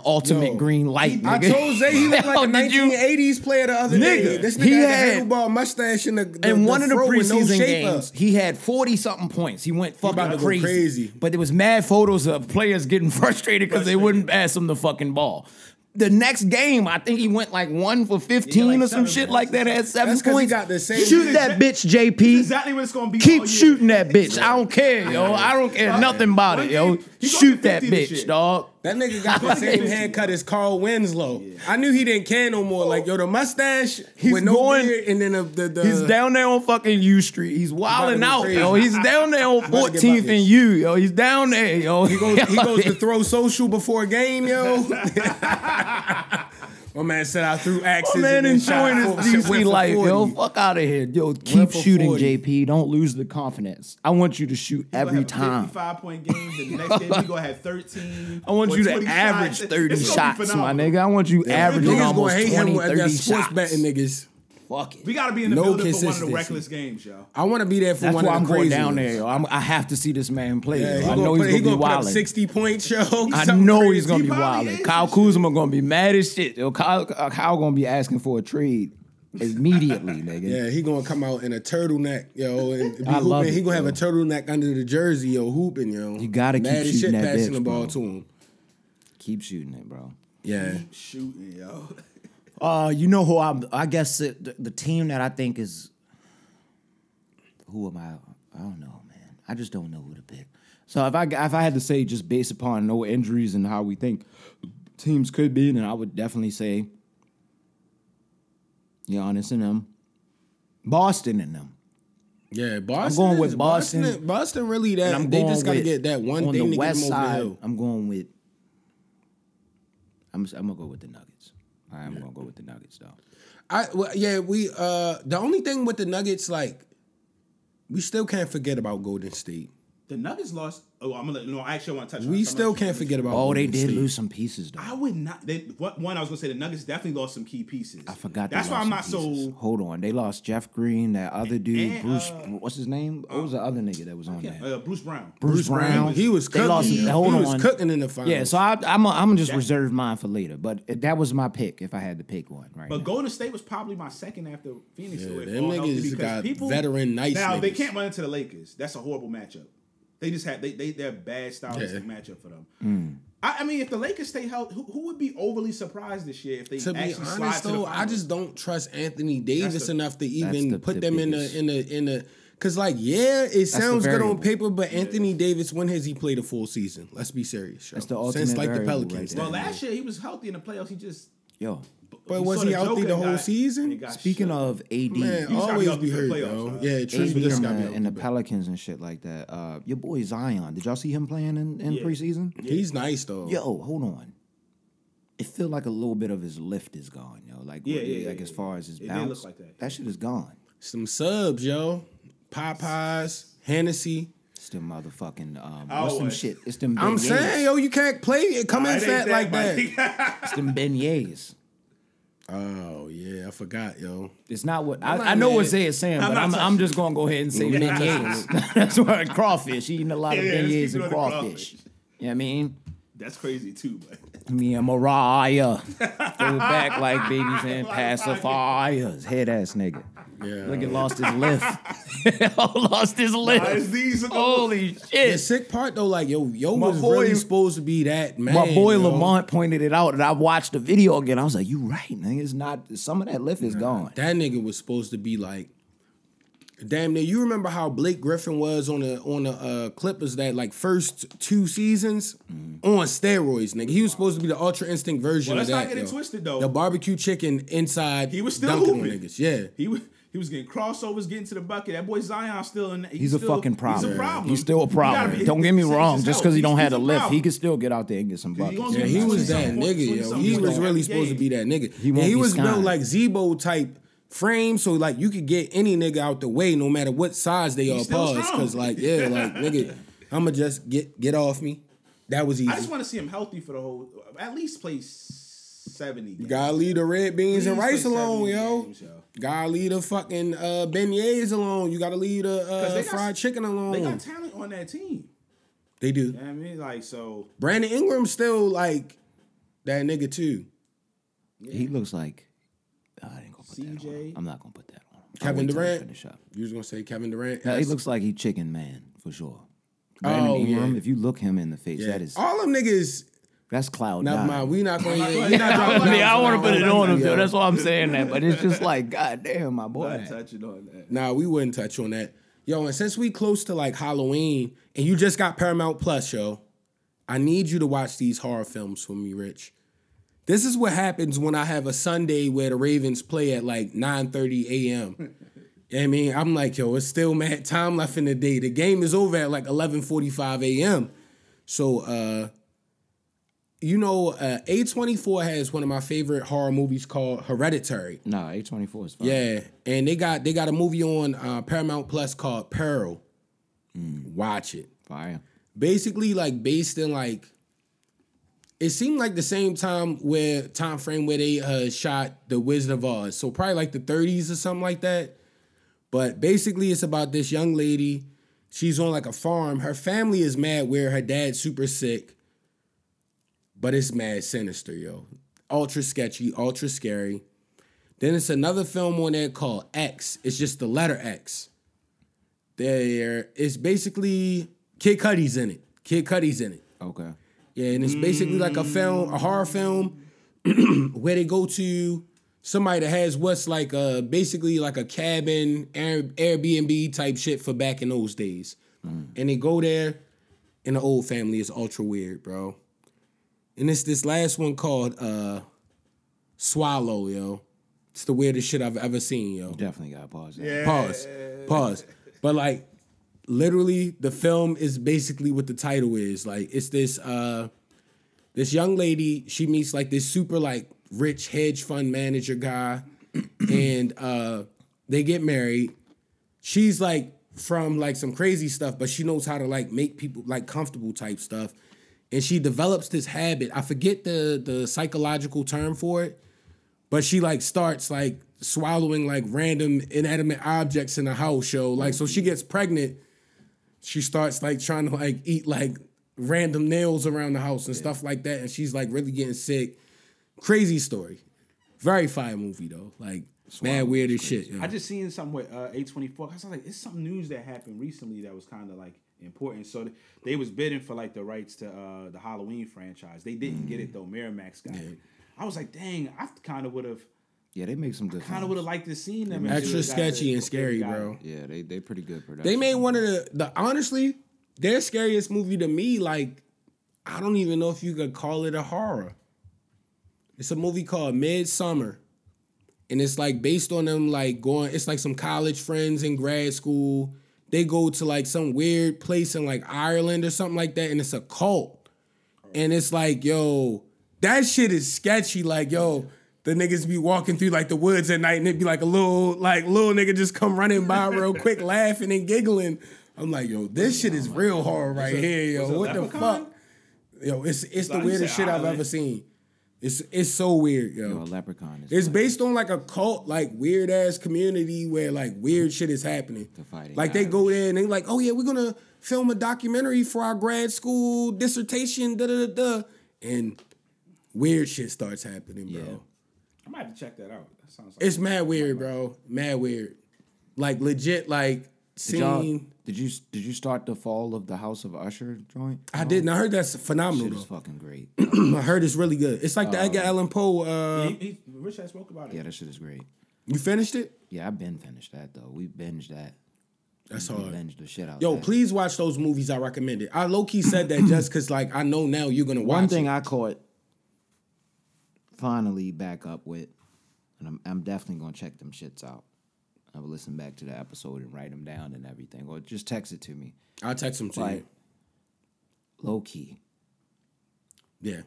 Speaker 2: Yo,
Speaker 6: ultimate green light.
Speaker 2: I
Speaker 6: nigga.
Speaker 2: told Zay he looked
Speaker 6: Yo,
Speaker 2: like a
Speaker 6: did you-
Speaker 2: 1980s player the other day.
Speaker 6: Nigga,
Speaker 2: This nigga
Speaker 6: he
Speaker 2: had, a
Speaker 6: had-
Speaker 2: handlebar mustache and the, the
Speaker 6: in one
Speaker 2: the
Speaker 6: of the
Speaker 2: fro with no
Speaker 6: preseason
Speaker 2: shape
Speaker 6: games,
Speaker 2: up.
Speaker 6: he had forty something points. He went fucking
Speaker 2: about to go
Speaker 6: crazy.
Speaker 2: crazy.
Speaker 6: But there was mad photos of players getting frustrated because they wouldn't pass him the fucking ball. The next game, I think he went like one for fifteen
Speaker 7: like
Speaker 6: or some
Speaker 7: seven
Speaker 6: shit
Speaker 7: points.
Speaker 6: like that. Had seven
Speaker 2: That's 'cause he
Speaker 6: points.
Speaker 2: got the same-
Speaker 6: Shoot that bitch, JP.
Speaker 7: exactly what it's gonna be. all
Speaker 6: Keep
Speaker 7: year.
Speaker 6: shooting that bitch. I don't care, yo. I don't care nothing about
Speaker 7: One
Speaker 6: it, yo.
Speaker 7: game- He going
Speaker 6: shoot
Speaker 7: for
Speaker 6: that
Speaker 7: 50 this
Speaker 6: bitch,
Speaker 7: year.
Speaker 6: dog.
Speaker 2: That nigga got the same haircut as Carl Winslow. I knew he didn't care no more. Like yo, the mustache
Speaker 6: He's
Speaker 2: with no
Speaker 6: going-
Speaker 2: beard, and then the, the, the
Speaker 6: He's down there on fucking U Street. He's wilding
Speaker 2: go
Speaker 6: out,
Speaker 2: crazy.
Speaker 6: yo. He's down there on
Speaker 2: about to get
Speaker 6: 14th and
Speaker 2: buckets.
Speaker 6: U, yo. He's down there, yo.
Speaker 2: He goes, he goes to throw social before a game, yo. My man said I threw axes.
Speaker 6: My man
Speaker 2: and then shot
Speaker 6: enjoying
Speaker 2: four-
Speaker 6: his
Speaker 2: went
Speaker 6: DC
Speaker 2: for
Speaker 6: life,
Speaker 2: 40.
Speaker 6: yo. Fuck out of here, yo. Keep
Speaker 2: for
Speaker 6: shooting,
Speaker 2: 40.
Speaker 6: JP. Don't lose the confidence. I want you to shoot every time.
Speaker 7: Five point games. and The next game he gonna have thirteen.
Speaker 6: I want
Speaker 7: or
Speaker 6: you to
Speaker 7: 20
Speaker 6: average
Speaker 7: shots.
Speaker 6: 30
Speaker 7: It's gonna be
Speaker 6: shots, my
Speaker 7: phenomenal.
Speaker 6: nigga. I want you averaging
Speaker 2: Niggas
Speaker 6: almost
Speaker 2: gonna hate him
Speaker 6: 20,
Speaker 2: with that
Speaker 6: 30
Speaker 2: sports
Speaker 6: shots.
Speaker 2: betting niggas.
Speaker 6: Fuck it.
Speaker 7: We gotta be in the
Speaker 2: No
Speaker 7: building for one of the
Speaker 2: consistency.
Speaker 7: reckless games, y'all.
Speaker 2: I want to be there for
Speaker 6: That's
Speaker 2: one of
Speaker 6: why
Speaker 2: the
Speaker 6: I'm going
Speaker 2: crazy
Speaker 6: down
Speaker 2: ones.
Speaker 6: there, yo. I'm, I have to see this man play.
Speaker 2: Yeah,
Speaker 6: yo.
Speaker 2: he
Speaker 6: I
Speaker 2: gonna
Speaker 6: know
Speaker 2: put, he
Speaker 6: he's
Speaker 2: gonna
Speaker 6: going to be
Speaker 2: put up
Speaker 6: wilding.
Speaker 2: sixty point show.
Speaker 6: I
Speaker 2: something
Speaker 6: know
Speaker 2: crazy.
Speaker 6: he's gonna
Speaker 7: He
Speaker 6: be
Speaker 7: probably
Speaker 6: wild.
Speaker 7: is
Speaker 6: Kyle
Speaker 7: and
Speaker 6: Kuzma gonna be mad as shit. Yo, Kyle, Kyle gonna be asking for a trade immediately, nigga.
Speaker 2: Yeah, he gonna come out in a turtleneck, yo, and be
Speaker 6: I
Speaker 2: hooping.
Speaker 6: love
Speaker 2: he
Speaker 6: it,
Speaker 2: gonna have
Speaker 6: yo.
Speaker 2: a turtleneck under the jersey, yo, hooping, yo.
Speaker 6: You gotta keep
Speaker 2: Mad as
Speaker 6: shooting
Speaker 2: shit
Speaker 6: that
Speaker 2: passing
Speaker 6: bitch,
Speaker 2: the ball
Speaker 6: bro.
Speaker 2: to him.
Speaker 6: Keep shooting it, bro.
Speaker 2: Yeah,
Speaker 7: Shooting, yo.
Speaker 6: Uh, you know who I'm? I guess it, the, the team that I think is. Who am I? I don't know, man. I just don't know who to pick. So if I if I had to say just based upon no injuries and how we think teams could be, then I would definitely say Giannis and them, Boston and them.
Speaker 2: yeah. Boston.
Speaker 6: going with
Speaker 2: is-
Speaker 6: Boston.
Speaker 2: Boston. Boston really that.
Speaker 6: And I'm
Speaker 2: they
Speaker 6: going
Speaker 2: just gotta
Speaker 6: with-
Speaker 2: get that one
Speaker 6: on
Speaker 2: thing
Speaker 6: the
Speaker 2: to
Speaker 6: west
Speaker 2: get them over the
Speaker 6: side.
Speaker 2: hill.
Speaker 6: I'm going with. I'm s- I'm gonna go with the Nuggets. I'm gonna go with the Nuggets though.
Speaker 2: I well, yeah, we uh the only thing with the Nuggets like we still can't forget about Golden State.
Speaker 7: The Nuggets lost. Oh, I'm gonna let, no. I actually want to touch. on
Speaker 2: We
Speaker 7: this. I'm
Speaker 2: still
Speaker 7: gonna-
Speaker 2: can't forget about
Speaker 6: Oh, they
Speaker 2: Golden
Speaker 6: did
Speaker 2: State.
Speaker 6: lose some pieces though.
Speaker 7: I would not. They, what- one, I was gonna say the Nuggets definitely lost some key pieces.
Speaker 6: I forgot. they
Speaker 7: That's why
Speaker 6: lost
Speaker 7: I'm not
Speaker 6: some pieces.
Speaker 7: so.
Speaker 6: Hold on, they lost Jeff Green, that other dude,
Speaker 7: and,
Speaker 6: Bruce.
Speaker 7: uh,
Speaker 6: what's his name? What was the other nigga that was on
Speaker 7: Yeah,
Speaker 6: there?
Speaker 7: uh, Bruce Brown.
Speaker 6: Bruce Brown.
Speaker 2: He was
Speaker 6: They
Speaker 2: cooking.
Speaker 6: lost-
Speaker 2: he
Speaker 6: hold
Speaker 2: was
Speaker 6: on.
Speaker 2: cooking in the finals.
Speaker 6: yeah, so I, I'm i I'm gonna just reserve mine for later. But it- that was my pick if I had to pick one right
Speaker 7: But
Speaker 6: now.
Speaker 7: Golden State was probably my second after Phoenix.
Speaker 2: Yeah,
Speaker 7: if
Speaker 2: them
Speaker 7: all healthy,
Speaker 2: niggas
Speaker 7: because
Speaker 2: got veteran nice
Speaker 7: Now they
Speaker 2: niggas.
Speaker 7: can't run into the Lakers. That's a horrible matchup. They just have they they they're a bad stylistic
Speaker 2: Yeah. Mm.
Speaker 7: matchup for them. I, I mean, if the Lakers stay healthy, who, who would be overly surprised this year if they
Speaker 2: to be
Speaker 7: actually slide
Speaker 2: honest
Speaker 7: to the
Speaker 2: though, I
Speaker 7: finals?
Speaker 2: just don't trust Anthony Davis
Speaker 7: the-
Speaker 2: enough to
Speaker 6: that's
Speaker 2: even
Speaker 6: the-
Speaker 2: put
Speaker 6: the
Speaker 2: them
Speaker 6: biggest-
Speaker 2: in a in a in a cause like yeah, it sounds good
Speaker 6: variable.
Speaker 2: on paper, but Anthony Davis when has he played a full season? Let's be serious. yo.
Speaker 6: That's the ultimate
Speaker 2: Since like the
Speaker 6: variable right
Speaker 2: Pelicans.
Speaker 6: there.
Speaker 7: Well, last year he was healthy in the playoffs. He just
Speaker 6: Yo,
Speaker 7: Oh,
Speaker 2: But
Speaker 7: you
Speaker 2: was
Speaker 7: saw
Speaker 2: he
Speaker 7: the
Speaker 2: healthy
Speaker 7: Joker
Speaker 2: the
Speaker 7: and
Speaker 2: whole
Speaker 7: got-
Speaker 2: season?
Speaker 7: and got
Speaker 6: speaking
Speaker 7: shot.
Speaker 6: of AD,
Speaker 2: man, uh,
Speaker 7: gotta be
Speaker 2: always
Speaker 7: healthy
Speaker 2: be
Speaker 7: for the
Speaker 2: hurt,
Speaker 7: playoffs,
Speaker 2: yo.
Speaker 7: man.
Speaker 2: Yeah,
Speaker 6: AD
Speaker 2: Trish,
Speaker 6: and
Speaker 2: but this got
Speaker 6: the,
Speaker 2: me.
Speaker 6: and the Pelicans and shit like that. Uh, your boy Zion. Did y'all see him playing in, in preseason?
Speaker 2: He's nice though.
Speaker 6: Yo, hold on. It feel like a little bit of his lift is gone, yo. Like,
Speaker 7: Yeah,
Speaker 6: what-
Speaker 7: yeah, yeah,
Speaker 6: like as
Speaker 7: yeah.
Speaker 6: far as his
Speaker 7: It did
Speaker 6: bounce,
Speaker 7: look like that.
Speaker 6: shit is gone.
Speaker 2: Some subs, yo. Popeyes, Hennessy.
Speaker 6: It's them motherfucking um, what's
Speaker 7: Always.
Speaker 6: them shit? It's them. Beignets.
Speaker 2: I'm saying, yo, you can't play it. Come in
Speaker 7: It ain't
Speaker 2: fat like
Speaker 7: bad.
Speaker 2: that.
Speaker 6: it's them beignets.
Speaker 2: Oh yeah, I forgot, yo.
Speaker 6: It's not what I,
Speaker 2: not
Speaker 6: I know what
Speaker 2: mad.
Speaker 6: Zay is saying, but
Speaker 7: not
Speaker 6: I'm, I'm
Speaker 7: touching
Speaker 6: just gonna go ahead and say beignets. That's why crawfish. He eating a lot of
Speaker 7: Yeah, let's
Speaker 6: beignets
Speaker 7: keep
Speaker 6: and
Speaker 7: it on the
Speaker 6: crawfish.
Speaker 7: crawfish.
Speaker 6: You know what I mean?
Speaker 7: That's crazy too, but
Speaker 6: Me and Mariah go back like babies and pacifiers. Head ass nigga.
Speaker 2: Yeah.
Speaker 6: Look at lost his lift. lost his lift.
Speaker 7: Why is these-
Speaker 6: Holy
Speaker 2: The
Speaker 6: shit.
Speaker 2: sick part though, like yo, yo
Speaker 6: My
Speaker 2: was
Speaker 6: boy-
Speaker 2: really supposed to be that man.
Speaker 6: My boy
Speaker 2: yo.
Speaker 6: Lamont pointed it out, and I watched the video again. I was like, "You right, nigga? It's not. Some of that lift is gone."
Speaker 2: That nigga was supposed to be like, damn near. You remember how Blake Griffin was on the on the uh, Clippers that like first two seasons on steroids, nigga. He was supposed to be the ultra instinct version
Speaker 7: Mm-hmm. Well,
Speaker 2: of
Speaker 7: let's
Speaker 2: that.
Speaker 7: not get it
Speaker 2: yo.
Speaker 7: twisted, though.
Speaker 2: The barbecue chicken inside.
Speaker 7: He was still
Speaker 2: dunking on
Speaker 7: hooping.
Speaker 2: niggas. Yeah.
Speaker 7: he was he was getting crossovers, getting to the bucket. That boy Zion still in.
Speaker 6: He's a
Speaker 7: still-
Speaker 6: fucking problem.
Speaker 7: He's a problem.
Speaker 6: He's still a
Speaker 7: You gotta
Speaker 6: problem.
Speaker 7: be-
Speaker 6: Don't get me
Speaker 7: he's- he's
Speaker 6: wrong.
Speaker 7: his
Speaker 6: Just
Speaker 7: health.
Speaker 6: because he don't
Speaker 7: He's-
Speaker 6: have
Speaker 7: he's
Speaker 6: a
Speaker 7: a
Speaker 6: lift, he
Speaker 7: problem.
Speaker 6: could still get out there and get some
Speaker 7: he
Speaker 6: buckets.
Speaker 7: gonna
Speaker 2: Yeah,
Speaker 7: get
Speaker 2: he
Speaker 7: Like,
Speaker 2: was that
Speaker 7: 20-something,
Speaker 2: nigga, yo.
Speaker 7: 20-something
Speaker 2: He
Speaker 7: points
Speaker 2: was
Speaker 7: on
Speaker 2: really
Speaker 7: that
Speaker 2: supposed to
Speaker 7: game.
Speaker 2: be that nigga.
Speaker 6: He
Speaker 2: and
Speaker 6: won't
Speaker 2: he
Speaker 6: be
Speaker 2: was built
Speaker 6: skying.
Speaker 2: like Zebo type frame, so like you could get any nigga out the way, no matter what size they are.
Speaker 7: still
Speaker 2: Pause,
Speaker 7: strong.
Speaker 2: cause like yeah, like nigga, I'ma just get get off me. That was easy.
Speaker 7: I just want to see him healthy for the whole. At least play seventy. games.
Speaker 2: Gotta leave the red beans and
Speaker 7: Please
Speaker 2: rice
Speaker 7: play
Speaker 2: alone,
Speaker 7: 70
Speaker 2: yo.
Speaker 7: games, yo.
Speaker 2: Gotta leave the fucking uh, beignets alone. You gotta leave the uh, fried chicken alone.
Speaker 7: They
Speaker 2: They,
Speaker 6: Oh.
Speaker 7: got talent on that team.
Speaker 2: do.
Speaker 7: You know what I mean, like so.
Speaker 2: Brandon Ingram's still like that nigga too.
Speaker 6: He looks like I ain't gonna put that on.
Speaker 7: CJ.
Speaker 6: him. I'm not gonna put that on. him. I'll
Speaker 2: Kevin
Speaker 6: wait till he
Speaker 2: Durant?
Speaker 6: Finish up.
Speaker 2: You was gonna say Kevin Durant?
Speaker 6: Now, he
Speaker 2: That's-
Speaker 6: looks like he chicken man for sure. Brandon
Speaker 2: Oh, yeah.
Speaker 6: Ingram, if you look him in the face, that is
Speaker 2: all them niggas.
Speaker 6: that's cloud
Speaker 2: Never
Speaker 6: nine.
Speaker 2: mind. We not going. We not dropping.
Speaker 6: I mean, I
Speaker 2: down
Speaker 6: want to
Speaker 2: on
Speaker 6: put it
Speaker 2: that
Speaker 6: on
Speaker 2: one,
Speaker 6: him, though.
Speaker 2: yo.
Speaker 6: That's why I'm saying that. But it's just like, goddamn, my boy.
Speaker 7: Not touching on that.
Speaker 2: Nah, we wouldn't touch on that, yo. And since we close to like Halloween, and you just got Paramount Plus, yo, I need you to watch these horror films for me, Rich. This is what happens when I have a Sunday where the Ravens play at like 9:30 a.m. You know what I mean, I'm like, yo, it's still mad time left in the day. The game is over at like 11:45 a.m. So, uh, you know, uh, A24 has one of my favorite horror movies called Hereditary.
Speaker 6: Nah, A twenty four is fine.
Speaker 2: Yeah, and they got they got a movie on uh, Paramount Plus called Peril. Watch it.
Speaker 6: fire.
Speaker 2: Basically, like based in like, it seemed like the same time where time frame where they uh, shot The Wizard of Oz, so probably like the 30s or something like that. But basically, it's about this young lady. She's on like a farm. Her family is mad where her dad's super sick, but it's mad sinister, yo. Ultra sketchy, ultra scary. Then it's another film on there called X. It's just the letter X. There, it's basically Kid Cudi's in it. Kid Cudi's in it.
Speaker 6: Okay.
Speaker 2: Yeah, and it's basically like a film, a horror film, where they go to somebody that has what's like a basically like a cabin, Air, Airbnb type shit for back in those days, and they go there, and the old family is ultra weird, bro. And it's this last one called uh, Swallow, yo. It's the weirdest shit I've ever seen, yo
Speaker 6: Definitely got pause. that.
Speaker 2: pause pause but like literally the film is basically what the title is like it's this uh this young lady she meets like this super like rich hedge fund manager guy and uh they get married she's like from like some crazy stuff but she knows how to like make people like comfortable type stuff and she develops this habit i forget the the psychological term for it but she like starts like swallowing like random inanimate objects in the house yo like so she gets pregnant she starts like trying to like eat like random nails around the house and stuff like that and she's like really getting sick crazy story very fire movie though like mad weird as shit yo.
Speaker 7: I just seen something with uh, A24. I was like, it's some news that happened recently that was kind of like important. So th- they was bidding for like the rights to uh, the Halloween franchise. They didn't get
Speaker 2: Mm.
Speaker 7: it though. Miramax got it. I was like, dang, I kind of would have,
Speaker 6: Yeah, they make some good.
Speaker 7: kind of would
Speaker 6: films.
Speaker 7: have liked to seen them. if they
Speaker 2: extra
Speaker 7: would've got
Speaker 2: sketchy
Speaker 7: it-
Speaker 2: and scary
Speaker 7: got it.
Speaker 2: bro
Speaker 6: Yeah, they they pretty good production.
Speaker 2: They made one of the, the honestly, their scariest movie to me, like, I don't even know if you could call it a horror. It's a movie called Midsummer. And it's like based on them like going, it's like some college friends in grad school. They go to like some weird place in like Ireland or something like that, and it's a cult. And it's like, yo, that shit is sketchy. Like, yo, the niggas be walking through like the woods at night and it be like a little, like little nigga just come running by real quick, laughing and giggling. I'm like, yo, this shit is real horror right here, yo.
Speaker 7: was it
Speaker 2: What the
Speaker 7: Leprechaun?
Speaker 2: fuck? Yo, it's it's the
Speaker 7: Nah, you
Speaker 2: weirdest
Speaker 7: said
Speaker 2: shit I've
Speaker 7: Ireland.
Speaker 2: ever seen. It's it's so weird,
Speaker 6: Yo,
Speaker 2: yo.
Speaker 6: Leprechaun is
Speaker 2: It's based on like a cult, like weird ass community where like weird shit is happening.
Speaker 6: Fighting
Speaker 2: Like they go there and they like, oh yeah, we're gonna film a documentary for our grad school dissertation, da da da da, and weird shit starts happening, bro.
Speaker 6: Yeah.
Speaker 7: I might have to check that out. That sounds like
Speaker 2: It's mad weird, bro. Mad weird. Like legit, like
Speaker 6: Did, y'all,
Speaker 2: scene.
Speaker 6: did you did you start the fall of the House of Usher joint?
Speaker 2: I didn't. I heard that's phenomenal.
Speaker 6: Shit is
Speaker 2: though.
Speaker 6: fucking great.
Speaker 2: I heard it's really good. It's like the Edgar Allan Poe. Uh,
Speaker 7: He, he, Rich had spoke about it.
Speaker 6: yeah, that shit is great.
Speaker 2: you finished it?
Speaker 6: Yeah, I've been finished that though. We binged that.
Speaker 2: That's
Speaker 6: We
Speaker 2: hard.
Speaker 6: binged the shit out.
Speaker 2: Yo,
Speaker 6: that.
Speaker 2: please watch those movies I recommended. I low key said that just because like I know now you're gonna watch.
Speaker 6: One thing
Speaker 2: it.
Speaker 6: I caught finally back up with, and I'm, I'm definitely gonna check them shits out. I will listen back to the episode and write them down and everything, or just text it to me.
Speaker 2: I'll text them to
Speaker 6: Like, low key.
Speaker 2: you. Yeah,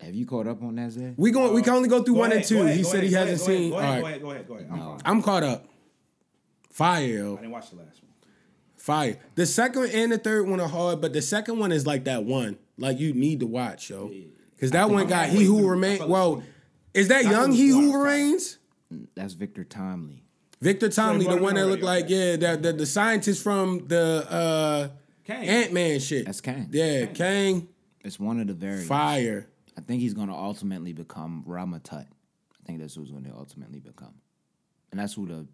Speaker 6: Have you caught up on that, Zay?
Speaker 2: we going. We can only go through
Speaker 7: Go
Speaker 2: one and
Speaker 7: ahead,
Speaker 2: two.
Speaker 7: go ahead,
Speaker 2: he
Speaker 7: go
Speaker 2: said
Speaker 7: ahead,
Speaker 2: he
Speaker 7: go
Speaker 2: hasn't
Speaker 7: ahead,
Speaker 2: seen.
Speaker 7: Go
Speaker 2: All
Speaker 7: ahead,
Speaker 2: right,
Speaker 7: go ahead, go ahead, go ahead. I'm fine.
Speaker 2: I'm caught up. Fire,
Speaker 7: I
Speaker 2: yo.
Speaker 7: didn't watch the last one.
Speaker 2: fire. The second and the third one are hard, but the second one is like that one. Like you need to watch, yo, because that one got he who remains.
Speaker 7: fell
Speaker 2: Whoa,
Speaker 7: asleep.
Speaker 2: is that
Speaker 7: That
Speaker 2: young
Speaker 7: was
Speaker 2: he who
Speaker 7: fire.
Speaker 2: remains?
Speaker 6: That's Victor Timely.
Speaker 2: Victor Tomley, the
Speaker 7: brought him
Speaker 2: one that
Speaker 7: already,
Speaker 2: looked like yeah, the, the the scientist from the uh,
Speaker 7: Kang.
Speaker 2: Ant Man shit.
Speaker 6: That's Kang.
Speaker 2: Yeah, Kang.
Speaker 6: It's one of the very.
Speaker 2: Fire.
Speaker 6: I think he's gonna ultimately become Rama Tut. I think that's who's gonna ultimately become, and that's who the.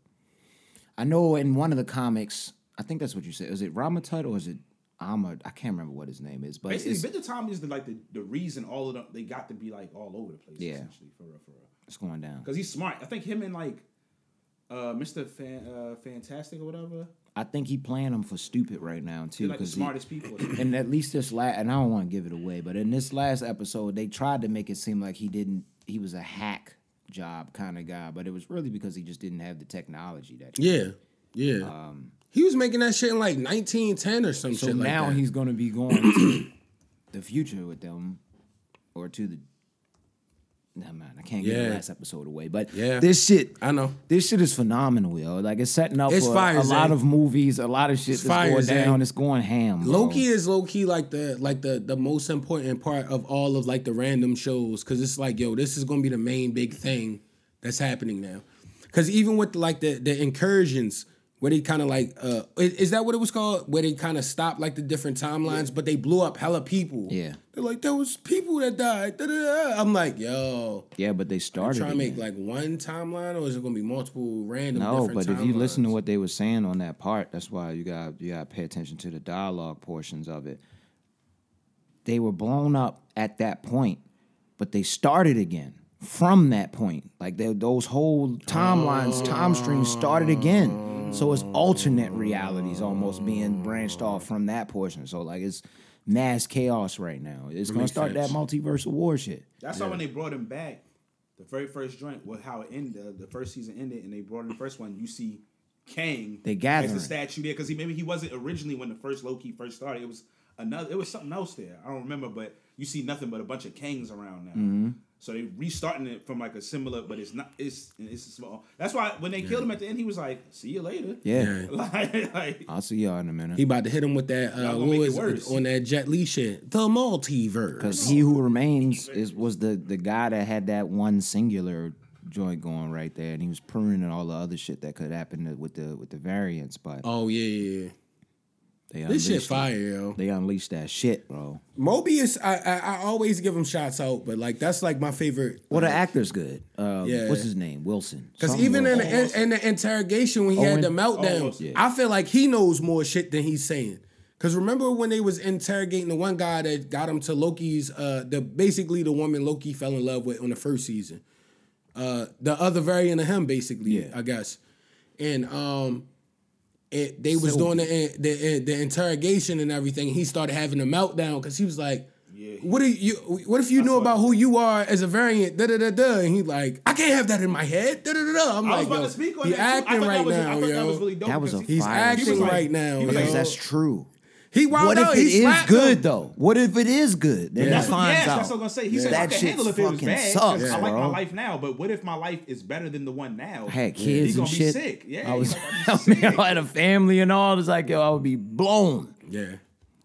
Speaker 6: I know in one of the comics, I think that's what you said. Is it Rama Tut or is it Ahmad? I can't remember what his name is, but
Speaker 7: Basically,
Speaker 6: it's,
Speaker 7: Victor Tommy is the, like the, the reason all of them they got to be like all over the place.
Speaker 6: Yeah.
Speaker 7: essentially for real, for real.
Speaker 6: it's going down.
Speaker 7: Because he's smart. I think him and like uh, Mr. Fan, uh, Fantastic or whatever.
Speaker 6: I think he playing them for stupid right now too.
Speaker 7: They're like the
Speaker 6: 'cause he-
Speaker 7: smartest people.
Speaker 6: and at least this last, and I don't want to give it away, but in this last episode, they tried to make it seem like he didn't. He was a hack job kind of guy, but it was really because he just didn't have the technology that. He,
Speaker 2: Yeah, yeah. he was making that shit in like 1910 or some
Speaker 6: Um, so
Speaker 2: shit
Speaker 6: now
Speaker 2: like that.
Speaker 6: he's going to be going to the future with them, or to the. Never mind, I can't give
Speaker 2: Yeah.
Speaker 6: the last episode away, but
Speaker 2: Yeah.
Speaker 6: this shit.
Speaker 2: I know.
Speaker 6: This shit is phenomenal, yo. Like it's setting up
Speaker 2: It's
Speaker 6: for
Speaker 2: fire,
Speaker 6: a lot
Speaker 2: Zay.
Speaker 6: of movies, a lot of shit
Speaker 2: It's
Speaker 6: that's
Speaker 2: fire,
Speaker 6: going
Speaker 2: Zay.
Speaker 6: down. It's going ham. bro.
Speaker 2: Loki is low key like the like the the most important part of all of like the random shows because it's like yo this is gonna be the main big thing that's happening now because even with like the the incursions where they kind of like uh i- is, that what it was called where they kind of stopped like the different timelines but they blew up hella people
Speaker 6: Yeah.
Speaker 2: they're like there was people that died da-da-da." I'm like yo
Speaker 6: Yeah, but they started.
Speaker 2: trying to make
Speaker 6: again.
Speaker 2: like one timeline or is it gonna be multiple random
Speaker 6: No,
Speaker 2: different
Speaker 6: but if you listen to
Speaker 2: timelines?
Speaker 6: what they were saying on that part, that's why you got you got to pay attention to the dialogue portions of it. They were blown up at that point, but they started again from that point. Like they, those whole timelines, time streams started again. So it's alternate realities almost being branched off from that portion. So like it's mass chaos right now. It's gonna
Speaker 2: makes
Speaker 6: start
Speaker 2: sense.
Speaker 6: that multiverse of war shit.
Speaker 7: That's why when they brought him back, the very first joint with how it ended, uh, the first season ended, and they brought in the first one. You see, Kang.
Speaker 6: They
Speaker 7: as
Speaker 6: gathering.
Speaker 7: a statue there because he maybe he wasn't originally when the first Loki first started. It was another. It was something else there. I don't remember, but you see nothing but a bunch of Kangs around now.
Speaker 6: Mm-hmm.
Speaker 7: So they restarting it from like a similar, but it's not. It's it's small. That's why when they killed him at the end, he was like, "See you later."
Speaker 6: Yeah.
Speaker 7: like, like
Speaker 6: I'll see y'all in a minute.
Speaker 2: He about to hit him with that. Uh,
Speaker 7: gonna
Speaker 2: what
Speaker 7: make it
Speaker 2: was
Speaker 7: worse.
Speaker 2: on that Jet Li shit? The multiverse.
Speaker 6: Because he who remains is was the the guy that had that one singular joint going right there, and he was pruning all the other shit that could happen to, with the with the variants. But
Speaker 2: Oh yeah, yeah. yeah.
Speaker 6: they
Speaker 2: This shit
Speaker 6: unleashed it.
Speaker 2: fire, yo.
Speaker 6: They unleashed that shit, bro.
Speaker 2: Mobius, I, I I always give him shots out, but like that's like my favorite.
Speaker 6: Well, the actor's good. Um,
Speaker 2: Yeah.
Speaker 6: What's his name? Wilson.
Speaker 2: Because
Speaker 6: Something
Speaker 2: even in
Speaker 6: Wilson.
Speaker 2: the, in, in the interrogation when he
Speaker 6: Owen-
Speaker 2: had the meltdown,
Speaker 7: Owen. Yeah.
Speaker 2: I feel like he knows more shit than he's saying. Because remember when they was interrogating the one guy that got him to Loki's, uh, the basically the woman Loki fell in love with on the first season, uh, the other variant of him, basically, I guess, and um, it, they was doing the, the the interrogation and everything. He started having a meltdown because he was like. What do you? What if you knew about who you are as a variant? Da da da da. And he like, I can't have that in my head. Da da da da. I'm
Speaker 7: I was
Speaker 2: like,
Speaker 7: about
Speaker 2: yo,
Speaker 7: to speak on
Speaker 2: he
Speaker 7: that. too. I
Speaker 2: acting
Speaker 7: thought that
Speaker 2: right
Speaker 7: was, I
Speaker 2: now,
Speaker 7: thought that was
Speaker 2: yo.
Speaker 7: really dope
Speaker 6: That was a
Speaker 7: because he's-
Speaker 2: He's
Speaker 6: fire
Speaker 2: acting
Speaker 6: shit.
Speaker 2: right now,
Speaker 7: he was
Speaker 2: yo.
Speaker 7: like,
Speaker 6: Because that's true.
Speaker 2: He wild
Speaker 6: What if
Speaker 2: out.
Speaker 6: it
Speaker 2: he
Speaker 6: is
Speaker 2: slapped
Speaker 6: good
Speaker 2: him.
Speaker 6: though? What if it is good?
Speaker 2: Yeah.
Speaker 6: Then he
Speaker 7: That's what,
Speaker 6: finds
Speaker 7: yes,
Speaker 6: out.
Speaker 7: that's what I'm gonna say. He
Speaker 6: Yeah.
Speaker 7: said,
Speaker 6: that
Speaker 7: I can
Speaker 6: shit
Speaker 7: handle if it was
Speaker 6: fucking
Speaker 7: bad. 'cause
Speaker 6: sucks,
Speaker 7: I like my
Speaker 6: bro.
Speaker 7: life now, but what if my life is better than the one now?
Speaker 6: I had
Speaker 7: He's
Speaker 6: kids and
Speaker 7: gonna
Speaker 6: shit.
Speaker 7: be sick. Yeah,
Speaker 6: I was,
Speaker 7: he's gonna
Speaker 6: I,
Speaker 7: be sick.
Speaker 6: had a family and all. It's like, yo, I would be blown.
Speaker 2: Yeah,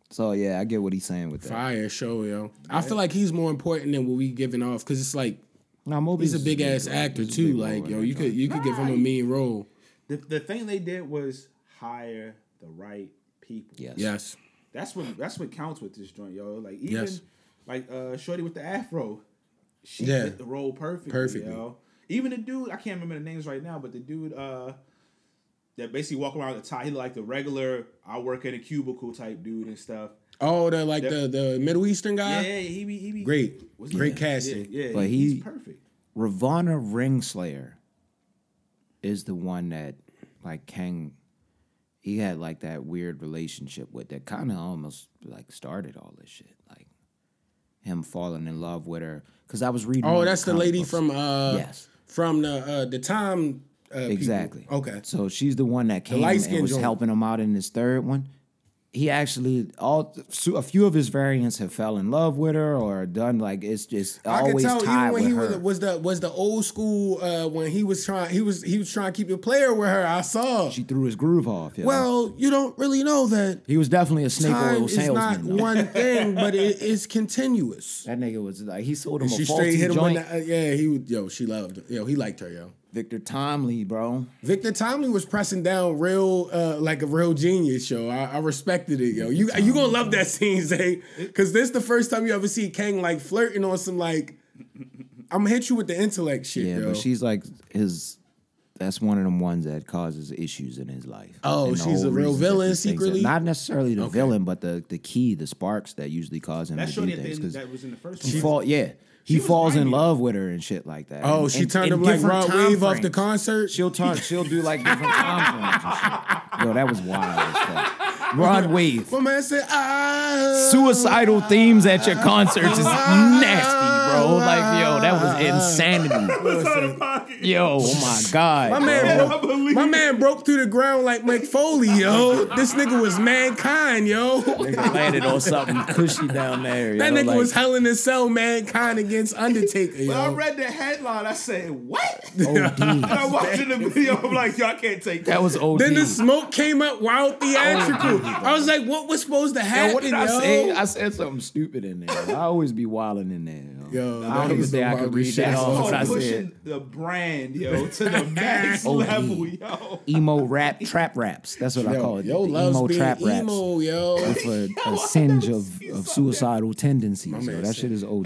Speaker 6: So yeah, I get what he's saying with that.
Speaker 2: fire show, yo. I feel like he's more important than what we giving off because it's like
Speaker 6: No, Mobius
Speaker 2: he's a
Speaker 6: is
Speaker 2: big ass
Speaker 6: role.
Speaker 2: actor
Speaker 6: He's a
Speaker 2: too.
Speaker 6: big
Speaker 2: Like
Speaker 6: role
Speaker 2: yo,
Speaker 6: in
Speaker 2: you
Speaker 6: that
Speaker 2: could
Speaker 6: joint.
Speaker 2: you could give him a mean role.
Speaker 7: The, the thing they did was hire the right people.
Speaker 6: Yes.
Speaker 2: Yes.
Speaker 7: That's what that's what counts with this joint, yo. Like even
Speaker 2: Yes.
Speaker 7: like uh Shorty with the Afro, she
Speaker 2: Yeah.
Speaker 7: did the role perfectly.
Speaker 2: Perfectly.
Speaker 7: Yo. Even the dude, I can't remember the names right now, but the dude uh that basically walk around with the tie, he like the regular I work in a cubicle type dude and stuff.
Speaker 2: Oh, the like the
Speaker 7: That-
Speaker 2: the Middle Eastern
Speaker 7: Yeah,
Speaker 2: guy.
Speaker 7: yeah, he be he be
Speaker 2: Great,
Speaker 7: what's his
Speaker 2: great
Speaker 7: name?
Speaker 2: casting.
Speaker 7: Yeah, yeah
Speaker 6: But
Speaker 7: he-
Speaker 6: he-
Speaker 7: he's perfect.
Speaker 6: Ravonna Ringslayer is the one that like Kang he had like that weird relationship with that kind of almost like started all this shit like him falling in love with her cuz I was reading all
Speaker 2: Oh, that's the
Speaker 6: comic
Speaker 2: lady
Speaker 6: books.
Speaker 2: from uh
Speaker 6: Yes.
Speaker 2: from the uh the time uh, people.
Speaker 6: Exactly.
Speaker 2: Okay.
Speaker 6: So she's the one that came
Speaker 2: light-skinned
Speaker 6: and was
Speaker 2: joint.
Speaker 6: helping him out in his third one. He actually all so a few of his variants have fell in love with her or done like it's just
Speaker 2: I could
Speaker 6: always
Speaker 2: tell even
Speaker 6: tied
Speaker 2: when
Speaker 6: with
Speaker 2: he
Speaker 6: her.
Speaker 2: was, was the was the old school uh when he was trying he was he was trying to keep it player with her. I saw.
Speaker 6: she threw his groove off. yo.
Speaker 2: well, you don't really know that
Speaker 6: he was definitely a snake
Speaker 2: time
Speaker 6: oil
Speaker 2: is not
Speaker 6: salesman. though.
Speaker 2: one thing, but it is continuous.
Speaker 6: That nigga was like he sold him a
Speaker 2: She
Speaker 6: faulty
Speaker 2: straight hit him
Speaker 6: joint.
Speaker 2: with that. uh, yeah, he would. Yo, she loved. him. Yo, he liked her. Yo,
Speaker 6: Victor Timely, bro.
Speaker 2: Victor Tomley was pressing down real, uh, like a real genius. Yo, I, I respected it. Yo, you you gonna love that scene, Zay, because this the first time you ever see Kang like flirting on some like, I'm gonna hit you with the intellect shit.
Speaker 6: Yeah,
Speaker 2: yo.
Speaker 6: but she's like his. That's one of them ones that causes issues in his life.
Speaker 2: Oh,
Speaker 6: And the
Speaker 2: she's
Speaker 6: whole
Speaker 2: a real
Speaker 6: reason that
Speaker 2: villain
Speaker 6: these things-
Speaker 2: secretly?
Speaker 6: Not necessarily the villain, but the the key, the sparks that usually cause him
Speaker 7: That's
Speaker 6: to do
Speaker 7: Shorty at the
Speaker 6: things.
Speaker 7: end
Speaker 6: 'cause
Speaker 7: that was in the first
Speaker 6: he
Speaker 7: one.
Speaker 6: fought, yeah. he
Speaker 7: was
Speaker 6: falls in
Speaker 7: whiny.
Speaker 6: love with her and shit like that.
Speaker 2: Oh,
Speaker 6: And-
Speaker 2: she
Speaker 6: and-
Speaker 2: turned
Speaker 6: and
Speaker 2: him like
Speaker 6: different
Speaker 2: Rod
Speaker 6: time
Speaker 2: Wave off the
Speaker 6: frames.
Speaker 2: concert.
Speaker 6: She'll turn. She'll do like different time frames. and shit. Yo, that was wild. As fuck. Rod Wave.
Speaker 2: My man said, "Ah."
Speaker 6: Suicidal themes at your concerts is nasty, bro. Like, yo, that was insanity.
Speaker 7: It's out of pocket.
Speaker 6: Yo, oh my god.
Speaker 2: My man,
Speaker 7: Yeah, I
Speaker 2: broke,
Speaker 7: believe
Speaker 2: my
Speaker 7: it.
Speaker 2: man broke through the ground like Mike Foley, yo. This nigga was mankind, yo. That
Speaker 6: Nigga landed on something cushy down there. yo,
Speaker 2: nigga
Speaker 6: like-
Speaker 2: was hell in his cell, mankind against Undertaker,
Speaker 7: When I
Speaker 2: yo.
Speaker 7: read the headline, I said, "What?"
Speaker 6: Oh, OD.
Speaker 7: And I'm watching the video. I'm like, "Y'all can't take that."
Speaker 6: That was OD.
Speaker 2: Then the smoke came up wild theatrical. I was like, what was supposed to happen,
Speaker 6: Yo,
Speaker 2: yo?
Speaker 6: what did I say? I said something stupid in there. I always be wilding in there.
Speaker 2: Yo,
Speaker 6: Yo,
Speaker 2: that
Speaker 6: I don't even
Speaker 2: was
Speaker 6: think
Speaker 2: the
Speaker 6: I could
Speaker 2: wildest
Speaker 6: read
Speaker 2: shit
Speaker 6: that
Speaker 2: I
Speaker 6: off.
Speaker 2: saw.
Speaker 6: What I
Speaker 7: Oh,
Speaker 6: said. Oh,
Speaker 7: pushing the brand, yo, to the max
Speaker 6: OD.
Speaker 7: level, yo.
Speaker 6: Emo rap, trap raps. That's what I call
Speaker 2: yo,
Speaker 6: it.
Speaker 2: yo
Speaker 6: Oh, The
Speaker 2: loves
Speaker 6: emo
Speaker 2: being
Speaker 6: trap raps.
Speaker 2: emo, yo.
Speaker 6: With a, a singe of, of suicidal tendencies.
Speaker 2: man
Speaker 6: Yo, that
Speaker 2: said-
Speaker 6: shit is OD.
Speaker 7: I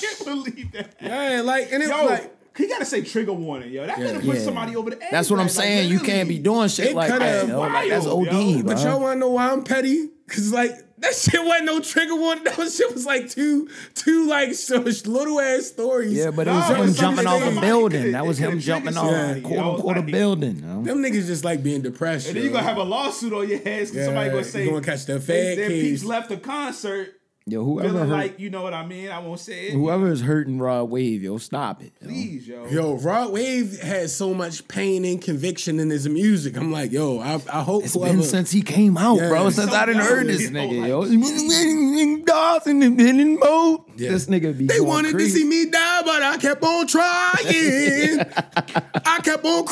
Speaker 7: can't believe that.
Speaker 2: Yeah, like, and it's
Speaker 7: Yo,
Speaker 2: like,
Speaker 7: he gotta say trigger warning, yo. That could have put
Speaker 6: Yeah.
Speaker 7: somebody over the edge.
Speaker 6: That's what I'm
Speaker 7: like, like,
Speaker 6: saying. You can't be
Speaker 7: literally.
Speaker 6: doing shit
Speaker 2: It
Speaker 6: like
Speaker 2: kinda
Speaker 6: that. yo. Like, that's
Speaker 7: wild,
Speaker 6: OD,
Speaker 7: yo.
Speaker 2: But
Speaker 6: bruh.
Speaker 2: y'all want to know why I'm petty? Cause like that shit wasn't no trigger warning. That was, shit was like two, two like so little ass stories.
Speaker 6: Yeah, but it
Speaker 7: No,
Speaker 6: was
Speaker 7: it
Speaker 6: him
Speaker 7: was
Speaker 6: jumping off
Speaker 7: something
Speaker 6: a
Speaker 7: that-
Speaker 6: building.
Speaker 7: it-
Speaker 6: That was
Speaker 7: it-
Speaker 6: him
Speaker 7: it
Speaker 6: jumping
Speaker 7: triggers
Speaker 6: off a
Speaker 7: you,
Speaker 6: quote
Speaker 7: yo.
Speaker 6: unquote a
Speaker 7: Like-
Speaker 6: building. yo.
Speaker 2: them niggas just like being depressed.
Speaker 7: And then
Speaker 2: yo.
Speaker 7: you're gonna have a lawsuit on your hands because somebody
Speaker 2: Yeah,
Speaker 7: gonna
Speaker 2: you
Speaker 7: say
Speaker 2: gonna catch the
Speaker 7: they-
Speaker 2: Fed
Speaker 7: their
Speaker 2: case.
Speaker 7: peeps left the concert
Speaker 6: Yo, whoever
Speaker 7: feeling
Speaker 6: hurt,
Speaker 7: like you know what I mean. I won't say it.
Speaker 6: whoever is hurting Rod Wave, yo, stop it. yo.
Speaker 7: Please, yo.
Speaker 2: Yo, Rod Wave had so much pain and conviction in his music. I'm like, yo, I, I hope
Speaker 6: It's
Speaker 2: whoever.
Speaker 6: been since he came out,
Speaker 2: Yeah.
Speaker 6: bro. Since I didn't heard this nigga, yo. Dawson and then in mode.
Speaker 2: Yeah.
Speaker 6: This nigga be
Speaker 2: they
Speaker 6: going
Speaker 2: wanted
Speaker 6: crazy.
Speaker 2: to see me die, but I kept on trying. I kept on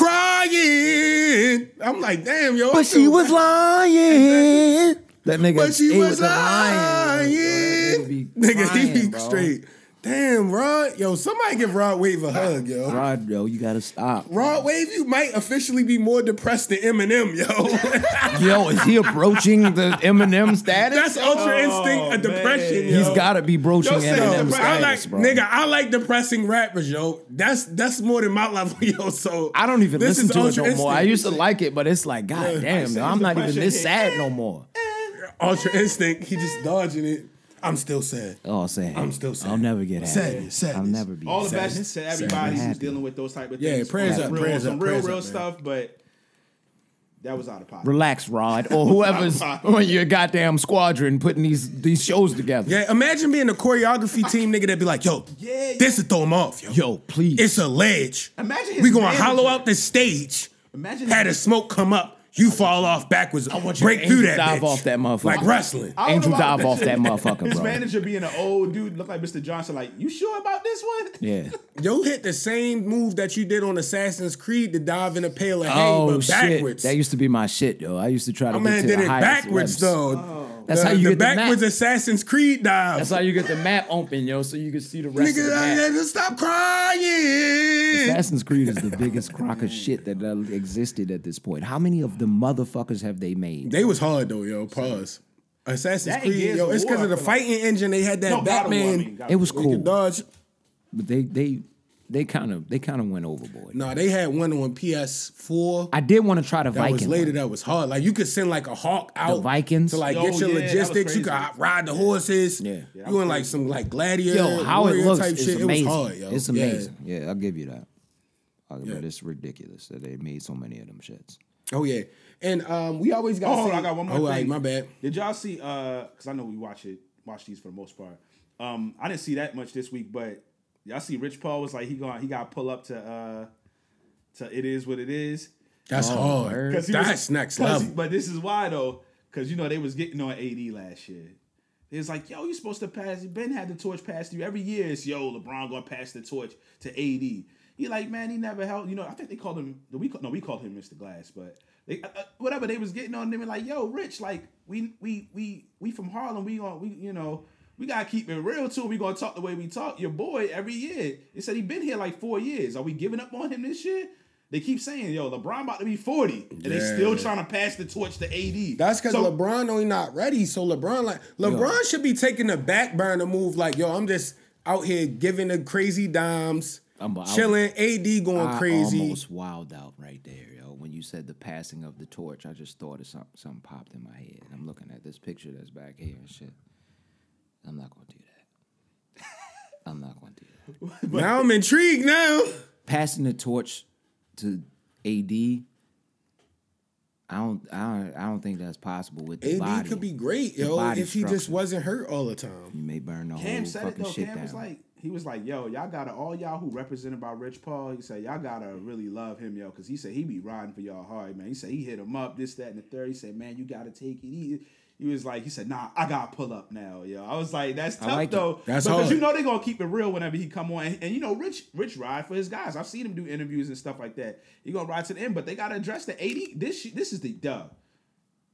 Speaker 2: crying. I'm like, damn, yo. I
Speaker 6: But she
Speaker 2: feel
Speaker 6: was lying. That nigga,
Speaker 2: But she
Speaker 6: ate
Speaker 2: was
Speaker 6: with the
Speaker 2: lying.
Speaker 6: lion, yo. That
Speaker 2: Nigga, he
Speaker 6: crying,
Speaker 2: be
Speaker 6: bro.
Speaker 2: straight. Damn, Rod. Yo, somebody give Rod Wave a hug, yo.
Speaker 6: Rod, yo, you gotta stop.
Speaker 2: Rod Wave, you might officially be more depressed than Eminem, yo.
Speaker 6: Yo, is he approaching the Eminem status?
Speaker 2: That's Ultra Instinct,
Speaker 6: Oh,
Speaker 2: a
Speaker 7: man,
Speaker 2: depression,
Speaker 7: yo.
Speaker 2: yo.
Speaker 6: He's gotta be broaching
Speaker 7: Yo, say
Speaker 2: Yo,
Speaker 6: Eminem
Speaker 7: depressed.
Speaker 2: I like,
Speaker 6: status, bro.
Speaker 2: nigga, I like depressing rappers, yo. That's that's more than my level, yo. So
Speaker 6: I don't even
Speaker 2: this
Speaker 6: listen
Speaker 2: is
Speaker 6: to it
Speaker 2: Ultra
Speaker 6: no more. I
Speaker 2: Instinct.
Speaker 6: used to like it, but it's like, god damn,
Speaker 7: said
Speaker 6: yo, I'm
Speaker 7: it's
Speaker 6: not even
Speaker 7: depression
Speaker 6: this
Speaker 7: hit.
Speaker 6: sad no more.
Speaker 2: Ultra Instinct. He just dodging it. I'm still sad.
Speaker 6: Oh, sad.
Speaker 2: I'm still sad.
Speaker 6: I'll never get happy.
Speaker 2: Sadness, sadness.
Speaker 6: I'll never be
Speaker 7: All the
Speaker 6: happy.
Speaker 7: best to everybody who's
Speaker 6: Happy.
Speaker 7: dealing with those type of
Speaker 2: Yeah,
Speaker 7: things.
Speaker 2: prayers
Speaker 7: Some
Speaker 2: up,
Speaker 7: real,
Speaker 2: prayers
Speaker 7: some
Speaker 2: up,
Speaker 7: real,
Speaker 2: prayers up,
Speaker 7: real
Speaker 2: man.
Speaker 7: stuff, but that was out of pocket.
Speaker 6: Relax, Rod, or whoever's on your goddamn squadron putting these these shows together.
Speaker 2: Yeah, imagine being the choreography team, nigga. That'd be like, yo,
Speaker 7: Yeah,
Speaker 2: this is throw him off, yo.
Speaker 6: Yo, please.
Speaker 2: It's a ledge.
Speaker 7: Imagine his
Speaker 2: we gonna
Speaker 7: manager.
Speaker 2: hollow out the stage.
Speaker 7: Imagine
Speaker 2: had
Speaker 7: his-
Speaker 2: the smoke come up, you fall off backwards. I
Speaker 6: want you
Speaker 2: break
Speaker 6: to
Speaker 2: through that
Speaker 6: angel dive
Speaker 2: bitch.
Speaker 6: off that motherfucker.
Speaker 2: like wrestling.
Speaker 7: I don't
Speaker 6: Angel
Speaker 7: know about
Speaker 6: dive off
Speaker 7: the-
Speaker 6: that motherfucker,
Speaker 7: His
Speaker 6: bro.
Speaker 7: manager being an old dude, look like Mr. Johnson. Like, you sure about this one?
Speaker 6: yeah.
Speaker 2: Yo hit the same move that you did on Assassin's Creed to dive in a pail of hay,
Speaker 6: Oh
Speaker 2: but
Speaker 6: shit,
Speaker 2: backwards.
Speaker 6: that used to be my shit, yo. I used to try to
Speaker 2: My
Speaker 6: get
Speaker 2: man
Speaker 6: to
Speaker 2: did
Speaker 6: the
Speaker 2: it
Speaker 6: highest
Speaker 2: backwards
Speaker 6: levels.
Speaker 2: though.
Speaker 7: Oh.
Speaker 6: That's
Speaker 2: the,
Speaker 6: how
Speaker 2: the
Speaker 6: you get the map.
Speaker 2: backwards Assassin's Creed dive.
Speaker 6: That's how you get the map open, yo, so you can see the rest of
Speaker 2: Nigga,
Speaker 6: the
Speaker 2: I
Speaker 6: map.
Speaker 2: had to stop crying.
Speaker 6: Assassin's Creed is the biggest crock of shit that uh, existed at this point. How many of the motherfuckers have they made?
Speaker 2: They was hard though, yo. Pause. Assassin's
Speaker 7: That ain't
Speaker 2: Creed,
Speaker 7: Gears
Speaker 2: yo.
Speaker 7: of
Speaker 2: It's because
Speaker 7: War,
Speaker 2: of the
Speaker 7: I feel like.
Speaker 2: fighting engine they had that
Speaker 7: No, God of War, I
Speaker 2: Batman.
Speaker 7: mean, God
Speaker 6: It
Speaker 7: of
Speaker 6: was
Speaker 7: War.
Speaker 2: They
Speaker 6: cool,
Speaker 2: could dodge.
Speaker 6: but they they they kind of they kind of went overboard.
Speaker 2: Nah, they had one on PS4.
Speaker 6: I did want to try the
Speaker 2: that was
Speaker 6: Viking.
Speaker 2: later.
Speaker 6: one.
Speaker 2: That was hard. Like you could send like a hawk out
Speaker 6: Vikings?
Speaker 2: to like
Speaker 7: Yo,
Speaker 2: get your
Speaker 7: yeah, that was
Speaker 2: logistics. You could
Speaker 7: crazy.
Speaker 2: ride the horses.
Speaker 6: Yeah. Yeah,
Speaker 7: that
Speaker 2: you
Speaker 7: was
Speaker 2: in like
Speaker 7: crazy.
Speaker 2: some like gladiator
Speaker 6: yo, how it
Speaker 2: warrior
Speaker 6: looks
Speaker 2: type
Speaker 6: is
Speaker 2: shit.
Speaker 6: amazing.
Speaker 2: It was hard, yo.
Speaker 6: It's
Speaker 2: Yeah.
Speaker 6: amazing. Yeah. I'll give you that. I-
Speaker 2: Yeah.
Speaker 6: But it's ridiculous that they made so many of them shits.
Speaker 2: Oh yeah. And um, we always got.
Speaker 7: Oh, hold on, I got one more.
Speaker 2: Oh,
Speaker 7: thing.
Speaker 2: all right, my bad.
Speaker 7: Did y'all see? Uh, because I know we watch it, watch these for the most part. Um, I didn't see that much this week, but y'all see Rich Paul was like he going he got pull up to uh to it is what it is.
Speaker 2: That's
Speaker 6: Oh,
Speaker 2: hard.
Speaker 7: 'Cause he was-
Speaker 2: That's next
Speaker 7: 'cause
Speaker 2: level.
Speaker 7: he- but this is why though, because you know they was getting on AD last year. It was like, yo, you supposed to pass. Ben had the torch passed to you every year. It's yo, LeBron gonna pass the torch to AD. He like, man, he never held. You know, I think they called him. We call- no, we called him Mr. Glass, but they uh, uh, whatever they was getting on them and like, yo, Rich, like we we we we from Harlem. We gonna we you know. We gotta keep it real too. We gonna talk the way we talk. Your boy every year. He said he been here like four years. Are we giving up on him this year? They keep saying, "Yo, LeBron about to be 40, and they still
Speaker 2: Yeah.
Speaker 7: trying to pass the torch to AD."
Speaker 2: That's because
Speaker 7: So-
Speaker 2: LeBron only not ready. So LeBron like LeBron should be taking the back burner move. Like yo, I'm just out here giving the crazy dimes,
Speaker 6: I'm- I-
Speaker 2: chilling. AD going
Speaker 6: I
Speaker 2: crazy.
Speaker 6: almost wild out right there, yo. When you said the passing of the torch, I just thought of something. Something popped in my head. I'm looking at this picture that's back here and shit. I'm not gonna do that. I'm not gonna do that.
Speaker 7: But
Speaker 2: Now I'm intrigued now.
Speaker 6: passing the torch to AD. I don't, I don't, I don't think that's possible with the
Speaker 2: AD
Speaker 6: body.
Speaker 2: could be great, yo,
Speaker 6: body
Speaker 2: if he just
Speaker 6: structure.
Speaker 2: wasn't hurt all the
Speaker 6: you
Speaker 2: time.
Speaker 6: may burn the
Speaker 7: Cam
Speaker 6: whole
Speaker 7: said it
Speaker 6: fucking
Speaker 7: though.
Speaker 6: shit
Speaker 7: Cam
Speaker 6: down.
Speaker 7: was like, he was like, yo, y'all gotta all y'all who represented by Rich Paul. He said y'all gotta really love him, yo, because he said he be riding for y'all hard, man. He said he hit him up, this, that, and the third. He said, man, you gotta take it. He, he was like, he said, nah, I gotta pull up now, yo. I was like, that's tough
Speaker 6: like it.
Speaker 7: though,
Speaker 2: That's
Speaker 7: because
Speaker 2: hard.
Speaker 7: you know they gonna keep it real whenever he come on, and, and you know Rich, Rich ride for his guys. I've seen him do interviews and stuff like that. He gonna ride to the end, but they gotta address the eighty. This this is the dub.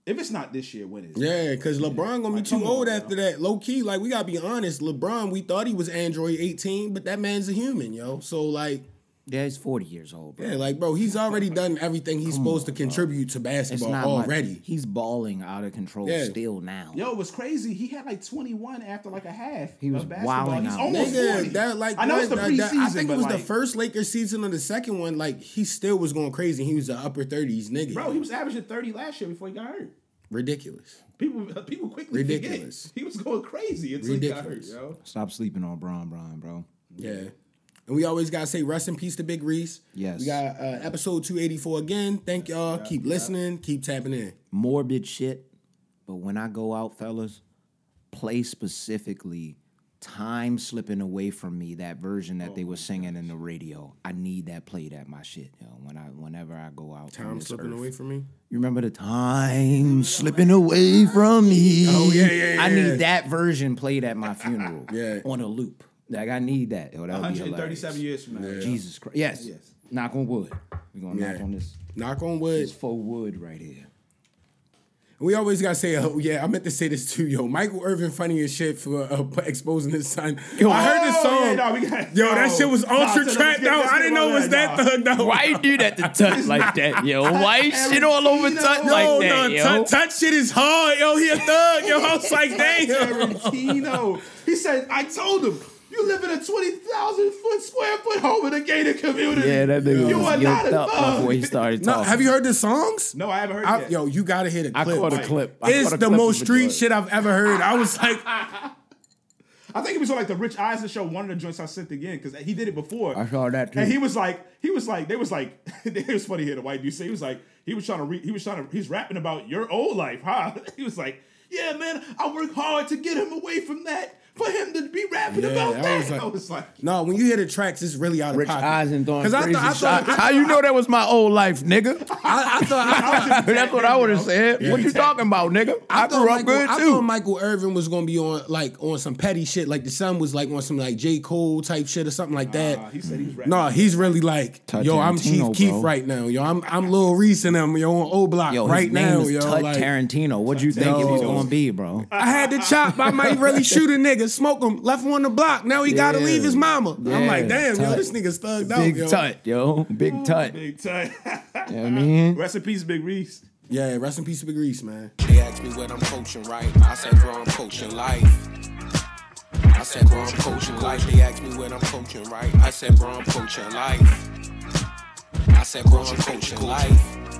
Speaker 7: If it's not this year, when is it?
Speaker 2: Yeah, because LeBron gonna be
Speaker 7: Like,
Speaker 2: too
Speaker 7: come on,
Speaker 2: old
Speaker 7: yo.
Speaker 2: after that. Low key, like we gotta be honest. LeBron, we thought he was Android 18, but that man's a human, yo. So like,
Speaker 6: yeah, he's forty years old, bro.
Speaker 2: yeah, like bro, he's already done everything he's supposed to contribute to basketball
Speaker 6: much.
Speaker 2: already.
Speaker 6: He's balling out of control
Speaker 2: Yeah.
Speaker 6: still now.
Speaker 7: Yo, it was crazy. He had like 21 after like a half.
Speaker 6: He was
Speaker 7: of basketball.
Speaker 6: wilding
Speaker 7: He's
Speaker 6: out.
Speaker 7: almost
Speaker 2: Nigga,
Speaker 7: 40.
Speaker 2: that like
Speaker 7: I know it's the
Speaker 2: that- that-
Speaker 7: preseason,
Speaker 2: I think
Speaker 7: but
Speaker 2: it was
Speaker 7: like,
Speaker 2: the first Lakers season or the second one. Like he still was going crazy. He was the upper thirties nigga.
Speaker 7: Bro, he was averaging 30 last year before he got hurt.
Speaker 2: ridiculous.
Speaker 7: People, people quickly forget.
Speaker 2: Ridiculous.
Speaker 7: He was going crazy until
Speaker 2: Ridiculous.
Speaker 7: he got hurt, yo.
Speaker 6: Stop sleeping on Bron, Bron, bro.
Speaker 2: Yeah. And we always gotta say rest in peace to Big Reese.
Speaker 6: Yes.
Speaker 2: We got uh, episode two eighty four again. Thank y'all. keep listening. Keep tapping in.
Speaker 6: morbid shit, but when I go out, fellas, play specifically Time Slipping Away From Me, that version
Speaker 2: Oh
Speaker 6: that they were singing in the radio. I need that played at my shit, yo, when I whenever I go out. from
Speaker 2: Time
Speaker 6: this
Speaker 2: slipping
Speaker 6: earth.
Speaker 2: away from me.
Speaker 6: You remember the time slipping away from me?
Speaker 2: Oh, yeah, yeah, yeah,
Speaker 6: I
Speaker 2: yeah.
Speaker 6: need that version played at my funeral.
Speaker 2: Yeah.
Speaker 6: On a loop. Like I need that. Yo, that would be
Speaker 7: 137
Speaker 6: hilarious.
Speaker 7: years from now.
Speaker 6: Jesus Christ. Yes.
Speaker 7: Yes.
Speaker 6: Knock on wood. We're gonna knock
Speaker 2: Yeah.
Speaker 6: on this
Speaker 2: Knock on wood.
Speaker 6: this faux wood right here.
Speaker 2: We always gotta say, oh yeah, I meant to say this too, yo. Michael Irvin funny as shit for uh, exposing his son. Yo, I heard this
Speaker 7: Oh,
Speaker 2: song.
Speaker 7: yeah, nah, we got-
Speaker 2: yo, that
Speaker 7: no.
Speaker 2: shit was
Speaker 7: Nah,
Speaker 2: ultra
Speaker 7: so let's
Speaker 2: trapped
Speaker 7: get-
Speaker 2: out.
Speaker 7: let's
Speaker 2: I
Speaker 7: get
Speaker 2: didn't know it
Speaker 7: on
Speaker 2: was that
Speaker 7: that, nah.
Speaker 2: thugged out.
Speaker 9: Why you do that to Tut like that, yo? Why you shit all over Tut
Speaker 7: No,
Speaker 9: like
Speaker 2: no,
Speaker 9: that, yo?
Speaker 2: Tut- Tut shit is hard, yo. He a thug, yo. I was like, damn.
Speaker 7: Tarantino. he said, I told him, you live in a 20,000 foot square foot home in a gated community.
Speaker 9: Yeah, that nigga
Speaker 7: You are
Speaker 9: was
Speaker 7: not
Speaker 9: yoked up
Speaker 7: above.
Speaker 9: before he started
Speaker 2: No,
Speaker 9: talking.
Speaker 2: have you heard the songs?
Speaker 7: No, I haven't heard
Speaker 2: I-
Speaker 7: that.
Speaker 2: yo, you gotta hear the
Speaker 9: I
Speaker 2: clip.
Speaker 9: caught a clip. I
Speaker 2: It's
Speaker 9: caught a
Speaker 2: the
Speaker 9: clip
Speaker 2: most
Speaker 9: of it,
Speaker 2: street
Speaker 9: but-
Speaker 2: shit I've ever heard. I was like,
Speaker 7: I think it was on like the Rich Eisen show, one of the joints I sent again, because he did it before.
Speaker 6: I saw that, too.
Speaker 7: And he was like, he was like, they was like, it was funny here, the white dude say, he was like, he was trying to, re- he was trying to, he's rapping about your old life, huh? He was like, yeah, man, I work hard to get him away from that, for him to be rapping
Speaker 2: Yeah,
Speaker 7: about
Speaker 2: I
Speaker 7: that.
Speaker 2: was like-
Speaker 7: I was like,
Speaker 2: no, when you hear the tracks, it's really out of
Speaker 6: Rich
Speaker 2: pocket.
Speaker 6: Eisen throwing
Speaker 2: 'Cause I
Speaker 6: crazy
Speaker 2: thought- I thought-
Speaker 6: shots.
Speaker 9: How you know that was my old life, nigga?
Speaker 2: I, I thought I, I,
Speaker 9: That's what I would have said. What you talking about, nigga? I,
Speaker 2: thought
Speaker 9: grew up
Speaker 2: Michael,
Speaker 9: good
Speaker 2: I
Speaker 9: too.
Speaker 2: thought Michael Irvin was gonna be on like on some petty shit, like the son was like on some like J Cole type shit or something like that.
Speaker 7: nah, he said he was rapping.
Speaker 2: no, he's really like, yo, I'm Chief
Speaker 6: Tarantino,
Speaker 2: Keef
Speaker 6: bro.
Speaker 2: right now, yo, I'm I'm Lil Reese and them, yo, on O Block
Speaker 6: Yo,
Speaker 2: right
Speaker 6: his name
Speaker 2: now,
Speaker 6: is
Speaker 2: yo.
Speaker 6: Tut
Speaker 2: like,
Speaker 6: Tarantino. What do you think it was
Speaker 2: Tarantino.
Speaker 6: gonna be, bro?
Speaker 2: I had to chop. I might really shoot a nigga, smoke him, left him on the block. Now he gotta
Speaker 6: Yeah.
Speaker 2: leave his mama. I'm
Speaker 6: Yeah,
Speaker 2: like, damn, yo,
Speaker 6: Tut.
Speaker 2: this nigga's thugged out,
Speaker 6: Big
Speaker 2: yo.
Speaker 6: Tut, yo, Big Tut. You
Speaker 7: Big time.
Speaker 6: know what I mean,
Speaker 7: Rest in peace, Big Reese.
Speaker 2: Yeah, rest in peace to Big Reese, man.
Speaker 1: They ask me what I'm coaching, right? I said, bro, I'm coaching life. I said, bro, I'm coaching life. They ask me what I'm coaching, right? I said, bro, I'm coaching life. I said, bro, I'm coaching life.